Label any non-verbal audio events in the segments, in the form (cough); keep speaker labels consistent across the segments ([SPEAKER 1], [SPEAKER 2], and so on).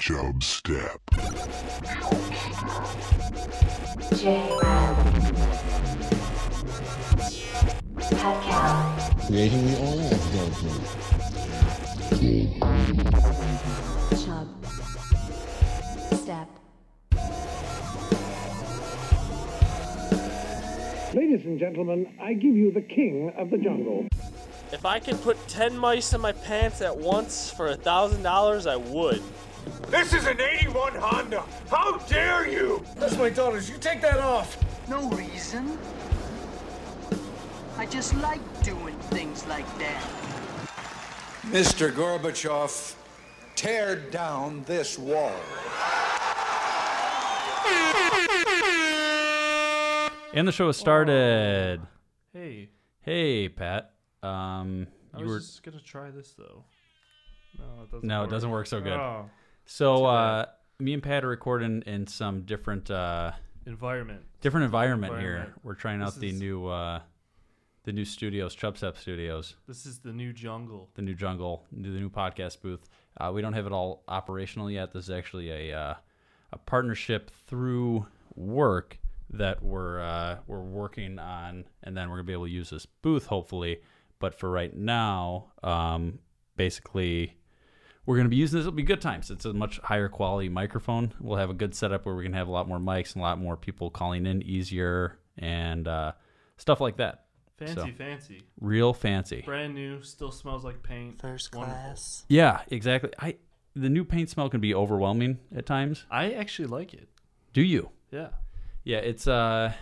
[SPEAKER 1] Job Step.
[SPEAKER 2] Creating the oil of
[SPEAKER 3] Chub. Step.
[SPEAKER 4] Ladies and gentlemen, I give you the king of the jungle.
[SPEAKER 5] If I could put 10 mice in my pants at once for a $1,000, I would.
[SPEAKER 6] This is an 81 Honda. How dare you? That's my daughter's. You take that off.
[SPEAKER 7] No reason. I just like doing things like that.
[SPEAKER 8] Mr. Gorbachev, tear down this wall.
[SPEAKER 9] And the show has started.
[SPEAKER 10] Hey,
[SPEAKER 9] Hey, Pat. Um,
[SPEAKER 10] I
[SPEAKER 9] you
[SPEAKER 10] was
[SPEAKER 9] were
[SPEAKER 10] just gonna try this though. No, it doesn't.
[SPEAKER 9] no,
[SPEAKER 10] work.
[SPEAKER 9] it doesn't work so good.
[SPEAKER 10] Oh,
[SPEAKER 9] so uh, me and Pat are recording in some different uh,
[SPEAKER 10] environment.
[SPEAKER 9] different environment, here.
[SPEAKER 10] Environment.
[SPEAKER 9] We're trying out
[SPEAKER 10] This
[SPEAKER 9] the
[SPEAKER 10] is-
[SPEAKER 9] new uh, the new studios, Chubstep Studios,
[SPEAKER 10] This is the new jungle.
[SPEAKER 9] the new jungle, new- the new podcast booth. Uh, we don't have it all operational yet. This is actually a uh, a partnership through work that we're uh, we're working on, and then we're gonna be able to use this booth hopefully. But for right now, um, basically, we're gonna be using this. It'll be good times. It's a much higher quality microphone. We'll have a good setup where we can have a lot more mics and a lot more people calling in easier and uh, stuff like that.
[SPEAKER 10] Fancy,
[SPEAKER 9] So.
[SPEAKER 10] fancy,
[SPEAKER 9] Real fancy.
[SPEAKER 10] brand new. Still smells like paint. First class.
[SPEAKER 9] Yeah, exactly. I the new paint smell can be overwhelming at times.
[SPEAKER 10] I actually like it.
[SPEAKER 9] Do you?
[SPEAKER 10] Yeah.
[SPEAKER 9] Yeah, it's uh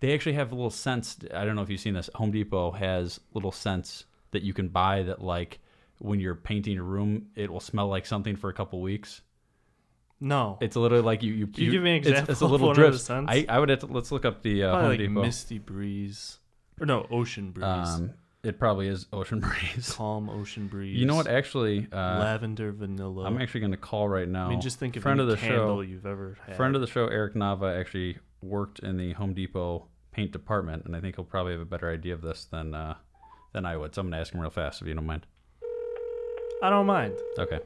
[SPEAKER 9] they actually have little scents. I don't know if you've seen this. Home Depot has little scents that you can buy that like when you're painting your room, it will smell like something for a couple weeks.
[SPEAKER 10] No.
[SPEAKER 9] It's literally like you you,
[SPEAKER 10] you give me an
[SPEAKER 9] it's- It's, a
[SPEAKER 10] example of
[SPEAKER 9] little
[SPEAKER 10] one of the
[SPEAKER 9] drips.
[SPEAKER 10] scents?
[SPEAKER 9] I I would have to, let's look up the uh, Home
[SPEAKER 10] probably like
[SPEAKER 9] Depot.
[SPEAKER 10] misty breeze, or no, ocean breeze.
[SPEAKER 9] um, it probably is Ocean (laughs) Breeze.
[SPEAKER 10] Calm ocean breeze.
[SPEAKER 9] You know what? Actually, uh,
[SPEAKER 10] Lavender vanilla.
[SPEAKER 9] I'm actually going to call right now.
[SPEAKER 10] I mean, just think of
[SPEAKER 9] friend
[SPEAKER 10] any
[SPEAKER 9] of the
[SPEAKER 10] candle
[SPEAKER 9] show.
[SPEAKER 10] you've ever had.
[SPEAKER 9] friend of the show eric nava actually worked in the home depot paint department and i think he'll probably have a better idea of this than uh than i would so i'm gonna ask him real fast if you don't mind
[SPEAKER 10] I don't mind.
[SPEAKER 9] okay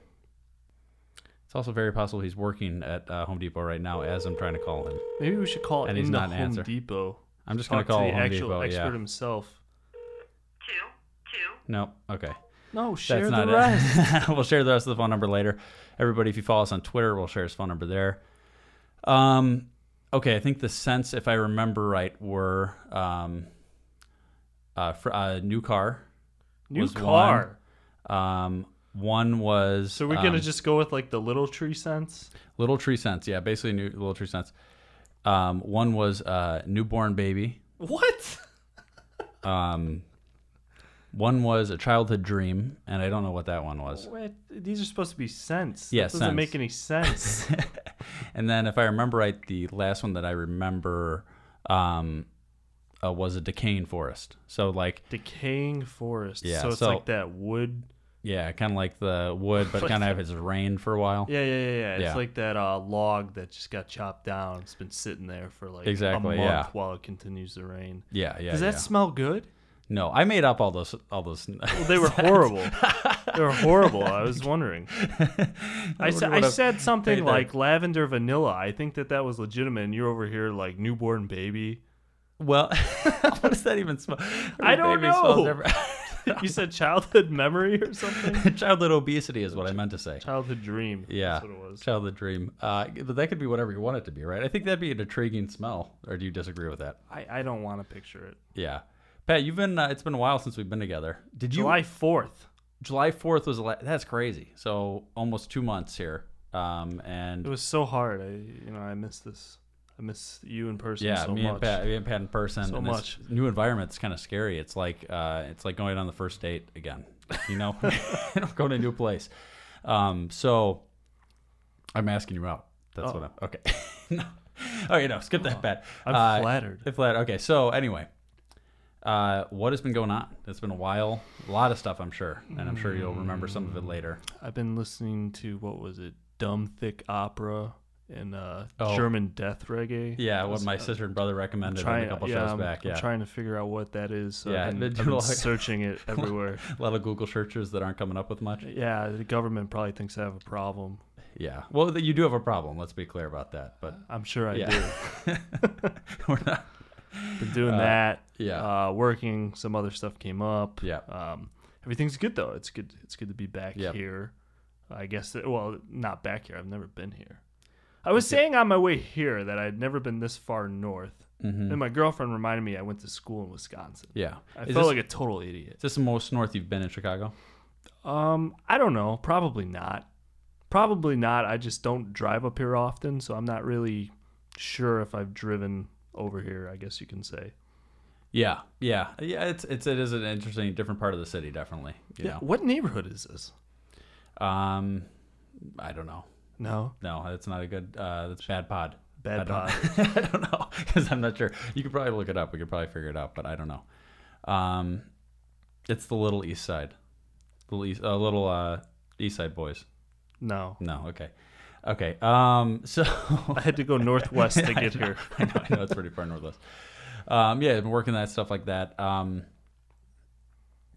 [SPEAKER 9] it's also very possible he's working at uh, home depot right now as i'm trying to call him
[SPEAKER 10] Maybe we should call
[SPEAKER 9] And
[SPEAKER 10] in
[SPEAKER 9] he's
[SPEAKER 10] the
[SPEAKER 9] not an
[SPEAKER 10] Home
[SPEAKER 9] answer.
[SPEAKER 10] Depot.
[SPEAKER 9] i'm just gonna
[SPEAKER 10] Talk
[SPEAKER 9] call
[SPEAKER 10] to the
[SPEAKER 9] home
[SPEAKER 10] actual
[SPEAKER 9] depot
[SPEAKER 10] expert
[SPEAKER 9] yeah
[SPEAKER 10] himself.
[SPEAKER 9] no okay
[SPEAKER 10] No, share
[SPEAKER 9] That's not
[SPEAKER 10] the
[SPEAKER 9] it. (laughs)
[SPEAKER 10] rest.
[SPEAKER 9] we'll share the rest of the phone number later. Everybody, if you follow us on Twitter, we'll share his phone number there. Um, okay, I think the scents, if I remember right, were um, uh, for, uh, new car.
[SPEAKER 10] (laughs) New
[SPEAKER 9] was
[SPEAKER 10] car.
[SPEAKER 9] Um, one was
[SPEAKER 10] So we're
[SPEAKER 9] um,
[SPEAKER 10] gonna just go with like the little tree scents.
[SPEAKER 9] little tree scents. Yeah, basically new little tree scents. Um, one was uh, newborn baby. Um,
[SPEAKER 10] What? (laughs)
[SPEAKER 9] One was a childhood dream, and I don't know what that one was. (laughs)
[SPEAKER 10] What? These are supposed to be scents.
[SPEAKER 9] Yeah,
[SPEAKER 10] that doesn't
[SPEAKER 9] scents.
[SPEAKER 10] make any sense.
[SPEAKER 9] (laughs) And then, if I remember right, the last one that I remember um, uh, was a decaying forest. So, like,
[SPEAKER 10] Decaying forest.
[SPEAKER 9] Yeah,
[SPEAKER 10] So it's
[SPEAKER 9] so-
[SPEAKER 10] like that wood.
[SPEAKER 9] yeah, kind of like the wood, but kind of has rained for a
[SPEAKER 10] (laughs)
[SPEAKER 9] while.
[SPEAKER 10] Yeah, yeah, yeah. yeah. It's
[SPEAKER 9] Yeah.
[SPEAKER 10] like that uh, log that just got chopped down. It's been sitting there for like
[SPEAKER 9] Exactly,
[SPEAKER 10] a month
[SPEAKER 9] yeah.
[SPEAKER 10] while it continues to rain.
[SPEAKER 9] yeah, yeah.
[SPEAKER 10] Does that
[SPEAKER 9] yeah. (laughs)
[SPEAKER 10] smell good?
[SPEAKER 9] no, I made up all those. All those. (laughs)
[SPEAKER 10] Well, they were horrible. they were horrible. I was wondering. I,
[SPEAKER 9] wonder
[SPEAKER 10] sa- I
[SPEAKER 9] what I've
[SPEAKER 10] said something
[SPEAKER 9] made that.
[SPEAKER 10] like lavender vanilla. I think that that was legitimate, and you're over here like newborn baby.
[SPEAKER 9] well, (laughs) what does that even smell?
[SPEAKER 10] I don't
[SPEAKER 9] Baby smells
[SPEAKER 10] know.
[SPEAKER 9] different.
[SPEAKER 10] you said childhood memory
[SPEAKER 9] (laughs)
[SPEAKER 10] or something?
[SPEAKER 9] childhood obesity is what I meant to say.
[SPEAKER 10] Childhood dream.
[SPEAKER 9] Yeah,
[SPEAKER 10] That's what it was.
[SPEAKER 9] childhood dream. Uh, but that could be whatever you want it to be, right? I think that'd be an intriguing smell. Or do you disagree with that?
[SPEAKER 10] I, I don't want to picture it.
[SPEAKER 9] Yeah, Pat, you've been. Uh, it's been a while since we've been together. Did you?
[SPEAKER 10] July 4th.
[SPEAKER 9] July 4th was the la- that's crazy. So almost two months here. Um, and
[SPEAKER 10] It was so hard. I you know I miss this. I miss you in person
[SPEAKER 9] yeah,
[SPEAKER 10] so
[SPEAKER 9] me
[SPEAKER 10] much.
[SPEAKER 9] and Pat, me and Pat in person.
[SPEAKER 10] So
[SPEAKER 9] and this new environment's kind of scary. It's like uh, it's like going on the first date again. You
[SPEAKER 10] (laughs)
[SPEAKER 9] know, (laughs) going to a new place. Um, so I'm asking you out. That's what I'm. Okay. (laughs) no. Oh, you know, skip that, Pat.
[SPEAKER 10] Oh. I'm
[SPEAKER 9] Uh,
[SPEAKER 10] flattered.
[SPEAKER 9] I'm flattered. Okay. So anyway. Uh, what has been going on? It's been a while, a lot of stuff, I'm sure, and I'm sure
[SPEAKER 10] Mm.
[SPEAKER 9] you'll remember some of it later.
[SPEAKER 10] I've been listening to what was it? Dumb Thick Opera and uh,
[SPEAKER 9] Oh.
[SPEAKER 10] German death reggae.
[SPEAKER 9] Yeah, what my sister and brother recommended
[SPEAKER 10] Trying,
[SPEAKER 9] a couple
[SPEAKER 10] yeah,
[SPEAKER 9] shows
[SPEAKER 10] I'm,
[SPEAKER 9] back.
[SPEAKER 10] I'm
[SPEAKER 9] Yeah,
[SPEAKER 10] trying to figure out what that is. So
[SPEAKER 9] Yeah,
[SPEAKER 10] I've
[SPEAKER 9] they
[SPEAKER 10] been, I've
[SPEAKER 9] do
[SPEAKER 10] been
[SPEAKER 9] like- (laughs)
[SPEAKER 10] searching it everywhere.
[SPEAKER 9] a lot of Google searches that aren't coming up with much.
[SPEAKER 10] yeah, the government probably thinks I have a problem.
[SPEAKER 9] Yeah, well, th- you do have a problem. Let's be clear about that. But
[SPEAKER 10] I'm sure I
[SPEAKER 9] yeah, (laughs) we're not.
[SPEAKER 10] do. Been doing that.
[SPEAKER 9] yeah.
[SPEAKER 10] Uh, working. Some other stuff came up.
[SPEAKER 9] Yeah.
[SPEAKER 10] Um, everything's good though. It's good. It's good to be back
[SPEAKER 9] Yep.
[SPEAKER 10] here. I guess. That, well, not back here. I've never been here. I was saying on my way here that I'd never been this far north. And my girlfriend reminded me I went to school in Wisconsin.
[SPEAKER 9] Mm-hmm. Yeah,
[SPEAKER 10] I
[SPEAKER 9] is
[SPEAKER 10] felt
[SPEAKER 9] this,
[SPEAKER 10] like a total idiot.
[SPEAKER 9] is this the most north you've been in Chicago?
[SPEAKER 10] Um, I don't know. Probably not. Probably not. I just don't drive up here often, so I'm not really sure if I've driven over here. I guess you can say.
[SPEAKER 9] Yeah, yeah, yeah. It's it's it is an interesting different part of the city, definitely. You
[SPEAKER 10] What neighborhood is this?
[SPEAKER 9] know, um, I don't know.
[SPEAKER 10] No.
[SPEAKER 9] No, that's not a good. Uh, that's bad pod.
[SPEAKER 10] Bad
[SPEAKER 9] I don't, (laughs) I don't know because I'm not sure. You could probably look it up. We could probably figure it out, but I don't know. Um, it's the little East Side, little East, uh, little uh, East Side boys.
[SPEAKER 10] No.
[SPEAKER 9] No, okay, okay. Um, so
[SPEAKER 10] (laughs) I had to go northwest to get here.
[SPEAKER 9] (laughs) I know, I know it's pretty far northwest. Um, yeah, I've been working that stuff like that. Um,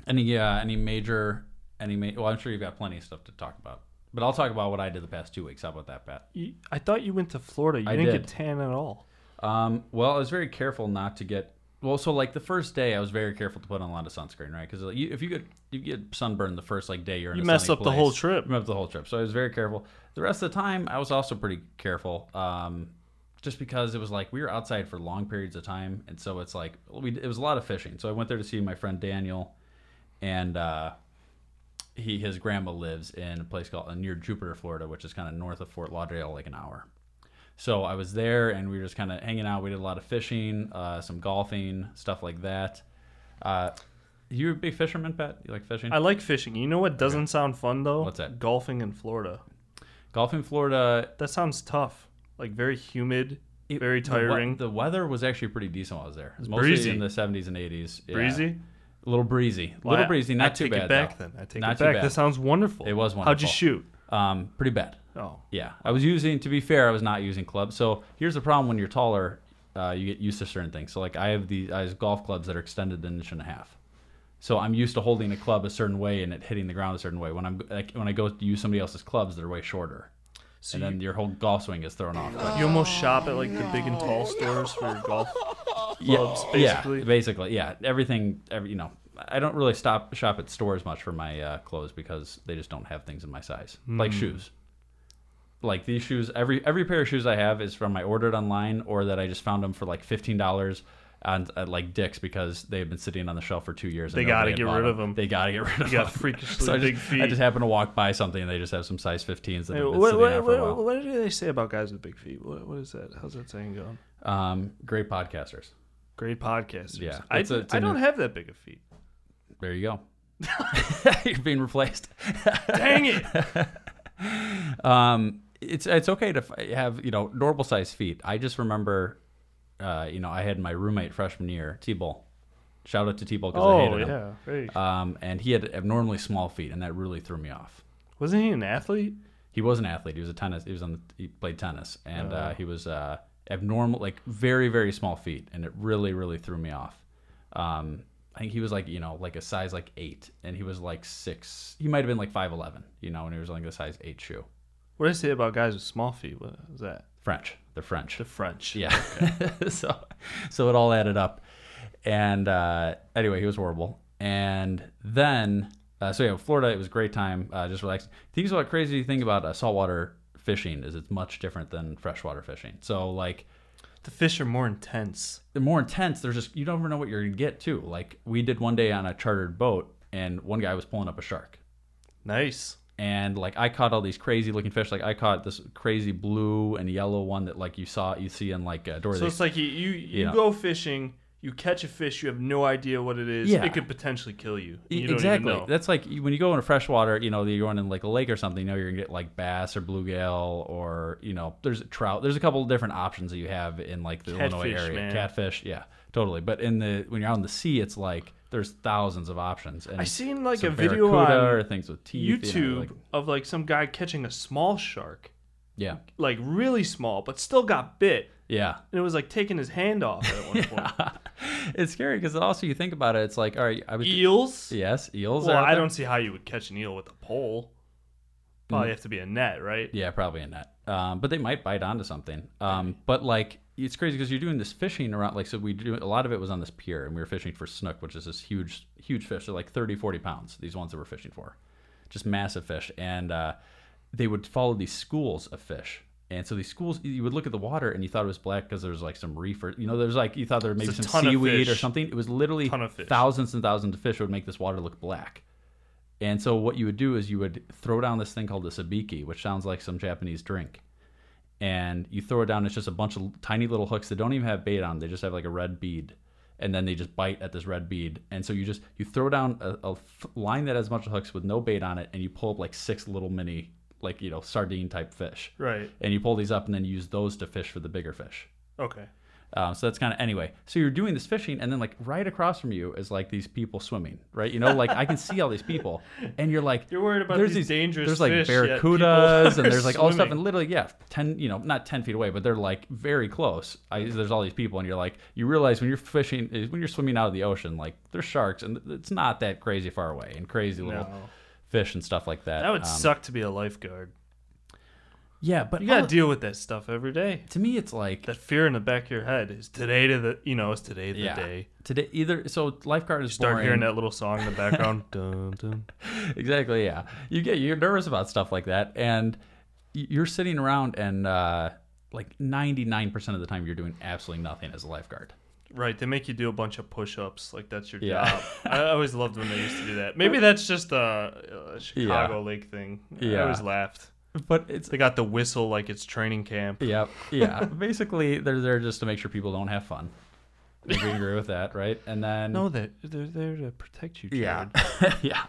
[SPEAKER 9] any uh, any major any ma- well, I'm sure you've got plenty of stuff to talk about, but I'll talk about what I did the past two weeks. How about that, Pat?
[SPEAKER 10] You, I thought you went to Florida. You
[SPEAKER 9] I
[SPEAKER 10] didn't
[SPEAKER 9] did.
[SPEAKER 10] get tan at all.
[SPEAKER 9] Um, well, I was very careful not to get. Well, so like the first day, I was very careful to put on a lot of sunscreen, right? Because like, you, if you get you get sunburned the first like day, you're in
[SPEAKER 10] You
[SPEAKER 9] a
[SPEAKER 10] mess
[SPEAKER 9] sunny
[SPEAKER 10] up the
[SPEAKER 9] place.
[SPEAKER 10] whole trip.
[SPEAKER 9] You mess up the whole trip. So I was very careful. The rest of the time, I was also pretty careful, um, just because it was like we were outside for long periods of time, and so it's like we it was a lot of fishing. So I went there to see my friend Daniel, and uh, he his grandma lives in a place called uh, near Jupiter, Florida, which is kind of north of Fort Lauderdale, like an hour. So I was there, and we were just kind of hanging out. We did a lot of fishing, uh, some golfing, stuff like that. Uh, you a big fisherman, Pat? You like fishing?
[SPEAKER 10] I like fishing. You know what doesn't sound fun though?
[SPEAKER 9] What's that?
[SPEAKER 10] Golfing in Florida.
[SPEAKER 9] Golf in Florida.
[SPEAKER 10] That sounds tough. Like very humid,
[SPEAKER 9] it-
[SPEAKER 10] very
[SPEAKER 9] the we-
[SPEAKER 10] tiring.
[SPEAKER 9] The, weather was actually pretty decent while I was there.
[SPEAKER 10] was
[SPEAKER 9] Mostly
[SPEAKER 10] breezy.
[SPEAKER 9] in the 70s and 80s. yeah.
[SPEAKER 10] Breezy.
[SPEAKER 9] A little breezy. A
[SPEAKER 10] Well,
[SPEAKER 9] little
[SPEAKER 10] I-
[SPEAKER 9] breezy.
[SPEAKER 10] I
[SPEAKER 9] Not too
[SPEAKER 10] take
[SPEAKER 9] bad.
[SPEAKER 10] It back
[SPEAKER 9] though.
[SPEAKER 10] then. I take
[SPEAKER 9] Not
[SPEAKER 10] it
[SPEAKER 9] too
[SPEAKER 10] back.
[SPEAKER 9] bad.
[SPEAKER 10] That sounds wonderful.
[SPEAKER 9] It was
[SPEAKER 10] How'd
[SPEAKER 9] wonderful.
[SPEAKER 10] you shoot?
[SPEAKER 9] um, pretty bad.
[SPEAKER 10] Oh,
[SPEAKER 9] Yeah, I was using. To be fair, I was not using clubs. So here's the problem: when you're taller, uh, you get used to certain things. So like I have these I have golf clubs that are extended an inch and a half. So I'm used to holding a club a certain way and it hitting the ground a certain way. When I'm like, when I go to use somebody else's clubs, they're way shorter,
[SPEAKER 10] So
[SPEAKER 9] and then your whole golf swing is thrown off. But-
[SPEAKER 10] You almost shop at like the big and tall stores for your golf clubs, basically.
[SPEAKER 9] (laughs) Oh, Yeah, basically, yeah. Everything, every, you know, I don't really stop shop at stores much for my uh, clothes because they just don't have things in my size, like
[SPEAKER 10] Hmm.
[SPEAKER 9] shoes. Like these shoes, every every pair of shoes I have is from I ordered online or that I just found them for like fifteen dollars on at like Dick's because they've been sitting on the shelf for two years. and
[SPEAKER 10] They
[SPEAKER 9] nobody
[SPEAKER 10] gotta
[SPEAKER 9] had
[SPEAKER 10] get
[SPEAKER 9] bought
[SPEAKER 10] rid of 'em.
[SPEAKER 9] They gotta get rid of
[SPEAKER 10] got
[SPEAKER 9] them. (laughs)
[SPEAKER 10] freakishly
[SPEAKER 9] so I just,
[SPEAKER 10] big feet.
[SPEAKER 9] I just happen to walk by something and they just have some size 15s that
[SPEAKER 10] Hey,
[SPEAKER 9] have been
[SPEAKER 10] what,
[SPEAKER 9] sitting there
[SPEAKER 10] what,
[SPEAKER 9] for a while.
[SPEAKER 10] what, what do they say about guys with big feet? What, what is that? How's that saying going?
[SPEAKER 9] Um, great podcasters.
[SPEAKER 10] Great podcasters.
[SPEAKER 9] Yeah,
[SPEAKER 10] I,
[SPEAKER 9] it's a- it's
[SPEAKER 10] I
[SPEAKER 9] a
[SPEAKER 10] don't
[SPEAKER 9] new-
[SPEAKER 10] have that big of feet.
[SPEAKER 9] There you
[SPEAKER 10] (laughs)
[SPEAKER 9] go. (laughs) You're being replaced. (laughs)
[SPEAKER 10] Dang it!
[SPEAKER 9] um, it's it's okay to f- have you know normal sized feet. I just remember, uh, you know, I had my roommate freshman year, T Bull. Shout out to T Bull because I
[SPEAKER 10] oh
[SPEAKER 9] hated
[SPEAKER 10] yeah, very.
[SPEAKER 9] him. Um, and he had abnormally small feet, and that really threw me off.
[SPEAKER 10] Wasn't he an athlete?
[SPEAKER 9] He was an athlete. He was a tennis. He was on. The, he played tennis, and
[SPEAKER 10] Oh.
[SPEAKER 9] uh, he was uh, abnormal, like very very small feet, and it really really threw me off. Um, I think he was like you know like a size like eight, and he was like six. He might have been like five eleven, you know, and he was like a size eight shoe.
[SPEAKER 10] What do they say about guys with small feet? What is that?
[SPEAKER 9] French. They're French.
[SPEAKER 10] The French.
[SPEAKER 9] Yeah. (laughs) so, so it all added up. And uh, anyway, he was horrible. And then, uh, so yeah, Florida, it was a great time. Uh, just relaxing. Things about crazy thing about uh, saltwater fishing is it's much different than freshwater fishing. So like
[SPEAKER 10] The fish are more intense.
[SPEAKER 9] they're more intense. There's just you don't ever know what you're gonna get too. Like we did one day on a chartered boat, and one guy was pulling up a shark
[SPEAKER 10] Nice.
[SPEAKER 9] and like I caught all these crazy looking fish. Like I caught this crazy blue and yellow one that like you saw you see in like uh, Dora.
[SPEAKER 10] So
[SPEAKER 9] the
[SPEAKER 10] it's like you you, you
[SPEAKER 9] Yeah.
[SPEAKER 10] go fishing, you catch a fish, you have no idea what it is.
[SPEAKER 9] Yeah.
[SPEAKER 10] It could potentially kill you. and
[SPEAKER 9] E-
[SPEAKER 10] you
[SPEAKER 9] exactly.
[SPEAKER 10] Don't even know.
[SPEAKER 9] That's like you- when you go into freshwater, you know, you're going in like a lake or something, you know, you're gonna get like bass or bluegill or, you know, there's trout. There's a couple of different options that you have in like the
[SPEAKER 10] Catfish,
[SPEAKER 9] Illinois area.
[SPEAKER 10] man.
[SPEAKER 9] Catfish, yeah, totally. But in the when you're out in the sea, it's like there's thousands of options. And
[SPEAKER 10] I seen like
[SPEAKER 9] some
[SPEAKER 10] a video on
[SPEAKER 9] E barracuda or things with teeth. you know,
[SPEAKER 10] YouTube
[SPEAKER 9] like-
[SPEAKER 10] of like some guy catching a small shark,
[SPEAKER 9] Yeah.
[SPEAKER 10] like really small, but still got bit.
[SPEAKER 9] Yeah.
[SPEAKER 10] And it was like taking his hand off at
[SPEAKER 9] (laughs)
[SPEAKER 10] one point.
[SPEAKER 9] It's scary because also you think about it. It's like, all right, I would.
[SPEAKER 10] Eels?
[SPEAKER 9] yes, eels.
[SPEAKER 10] Well,
[SPEAKER 9] are out
[SPEAKER 10] I
[SPEAKER 9] there.
[SPEAKER 10] don't see how you would catch an eel with a pole.
[SPEAKER 9] Mm.
[SPEAKER 10] Probably have to be a net, right?
[SPEAKER 9] Yeah, probably a net. Um, but they might bite onto something. Um, but like it's crazy because you're doing this fishing around. Like so, we do a lot of it was on this pier, and we were fishing for snook, which is this huge, huge fish. They're like 30, 40 pounds. These ones that we're fishing for, just massive fish, and uh, they would follow these schools of fish. And so these schools, you would look at the water and you thought it was black because there was like some reef or you know, there's like you thought there was maybe
[SPEAKER 10] It's a
[SPEAKER 9] some
[SPEAKER 10] ton of
[SPEAKER 9] seaweed or
[SPEAKER 10] fish.
[SPEAKER 9] something. It was literally
[SPEAKER 10] Ton of fish.
[SPEAKER 9] thousands and thousands of fish would make this water look black. And so what you would do is you would throw down this thing called a sabiki, which sounds like some Japanese drink. And you throw it down. It's just a bunch of tiny little hooks that don't even have bait on. They just have like a red bead, and then they just bite at this red bead. And so you just you throw down a, a f- line that has a bunch of hooks with no bait on it, and you pull up like six little mini, like you know sardine type fish.
[SPEAKER 10] Right.
[SPEAKER 9] And you pull these up, and then you use those to fish for the bigger fish.
[SPEAKER 10] Okay.
[SPEAKER 9] Um, so that's kind of anyway. So you're doing this fishing, and then like right across from you is like these people swimming, right? You know, like I can see all these
[SPEAKER 10] (laughs)
[SPEAKER 9] people, and you're like,
[SPEAKER 10] You're worried about
[SPEAKER 9] there's
[SPEAKER 10] these dangerous
[SPEAKER 9] There's like
[SPEAKER 10] fish, yet people (laughs)
[SPEAKER 9] barracudas, and
[SPEAKER 10] are
[SPEAKER 9] there's like all this stuff,
[SPEAKER 10] swimming.
[SPEAKER 9] and literally, yeah, ten, you know, not ten feet away, but they're like very close. I, there's all these people, and you're like, you realize when you're fishing, eh, when you're swimming out of the ocean, like there's sharks, and it's not that crazy far away, and crazy little
[SPEAKER 10] No.
[SPEAKER 9] fish and stuff like that.
[SPEAKER 10] That would
[SPEAKER 9] Um,
[SPEAKER 10] suck to be a lifeguard.
[SPEAKER 9] Yeah, but
[SPEAKER 10] You gotta
[SPEAKER 9] all-
[SPEAKER 10] deal with that stuff every day.
[SPEAKER 9] to me, it's like
[SPEAKER 10] That fear in the back of your head is today to the you know, is today the
[SPEAKER 9] yeah.
[SPEAKER 10] day.
[SPEAKER 9] Today, either so lifeguard is
[SPEAKER 10] Start
[SPEAKER 9] boring.
[SPEAKER 10] hearing that little song in
[SPEAKER 9] (laughs)
[SPEAKER 10] the background. dun, dun.
[SPEAKER 9] exactly yeah you get you're nervous about stuff like that and y- you're sitting around and uh like 99% of the time you're doing absolutely nothing as a lifeguard
[SPEAKER 10] Right, they make you do a bunch of push-ups, like that's your
[SPEAKER 9] Yeah.
[SPEAKER 10] job.
[SPEAKER 9] (laughs)
[SPEAKER 10] I always loved when they used to do that. Maybe that's just a, a Chicago Lake thing. I
[SPEAKER 9] Yeah.
[SPEAKER 10] always laughed.
[SPEAKER 9] but it's
[SPEAKER 10] They got the whistle like it's training camp.
[SPEAKER 9] yeah yeah (laughs) basically they're there just to make sure people don't have fun Would you agree with that right and then
[SPEAKER 10] No, they're, they're there to protect you. Jared.
[SPEAKER 9] yeah (laughs)
[SPEAKER 10] (laughs)
[SPEAKER 9] yeah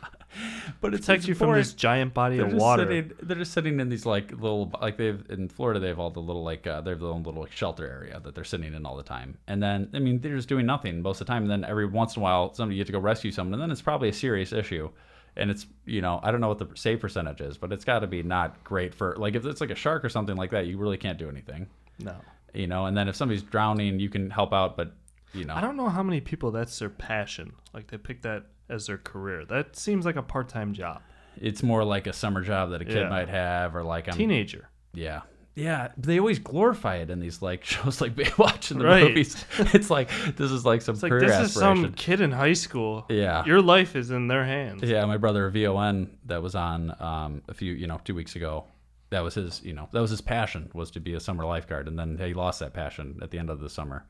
[SPEAKER 9] but it
[SPEAKER 10] protect you from this giant body
[SPEAKER 9] they're
[SPEAKER 10] of
[SPEAKER 9] just
[SPEAKER 10] water.
[SPEAKER 9] Sitting, they're just sitting in these like little like they've in Florida they have all the little like uh, they have their own little like, shelter area that they're sitting in all the time. And then I mean they're just doing nothing most of the time. And then every once in a while somebody you have to go rescue someone. And then it's probably a serious issue. And it's you know I don't know what the save percentage is, but it's got to be not great for like if it's like a shark or something like that, you really can't do anything.
[SPEAKER 10] No,
[SPEAKER 9] You know. And then if somebody's drowning, you can help out, but you know
[SPEAKER 10] I don't know how many people that's their passion. Like they pick that as their career. That seems like a part-time job.
[SPEAKER 9] it's more like a summer job that a kid
[SPEAKER 10] Yeah.
[SPEAKER 9] might have or like I'm
[SPEAKER 10] Um, Teenager.
[SPEAKER 9] Yeah. Yeah, but they always glorify it in these like (laughs) shows like Baywatch and the
[SPEAKER 10] Right.
[SPEAKER 9] movies. (laughs) It's like this is like some
[SPEAKER 10] It's like
[SPEAKER 9] career
[SPEAKER 10] this is
[SPEAKER 9] aspiration.
[SPEAKER 10] some kid in high school.
[SPEAKER 9] Yeah.
[SPEAKER 10] your life is in their hands.
[SPEAKER 9] Yeah, my brother Von that was on um, a few you know two weeks ago. That was his you know that was his passion was to be a summer lifeguard, and then he lost that passion at the end of the summer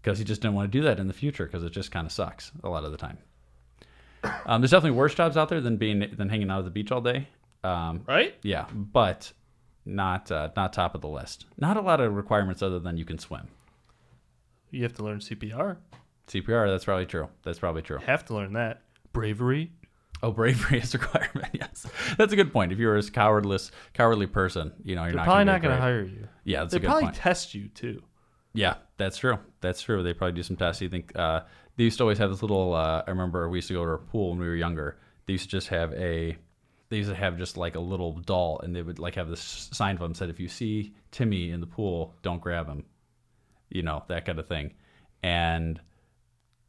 [SPEAKER 9] because he just didn't want to do that in the future because it just kind of sucks a lot of the time. Um, there's definitely worse jobs out there than being than hanging out at the beach all day. Um,
[SPEAKER 10] Right?
[SPEAKER 9] Yeah, but not uh, not top of the list. Not a lot of requirements other than you can swim.
[SPEAKER 10] You have to learn CPR.
[SPEAKER 9] CPR, that's probably true. That's probably true.
[SPEAKER 10] Have to learn that bravery.
[SPEAKER 9] Oh, bravery (laughs) is a requirement. Yes, that's a good point. If you're a cowardless, cowardly person, you know you're
[SPEAKER 10] They're
[SPEAKER 9] not
[SPEAKER 10] probably
[SPEAKER 9] gonna
[SPEAKER 10] not
[SPEAKER 9] be
[SPEAKER 10] going to
[SPEAKER 9] brave.
[SPEAKER 10] hire you.
[SPEAKER 9] Yeah, that's
[SPEAKER 10] they
[SPEAKER 9] a good
[SPEAKER 10] probably
[SPEAKER 9] point.
[SPEAKER 10] test you too.
[SPEAKER 9] Yeah, that's true. That's true. They probably do some tests. You think uh, they used to always have this little. Uh, I remember we used to go to a pool when we were younger. They used to just have a. They used to have just like a little doll, and they would like have this sign of them said, "If you see Timmy in the pool, don't grab him," you know that kind of thing. And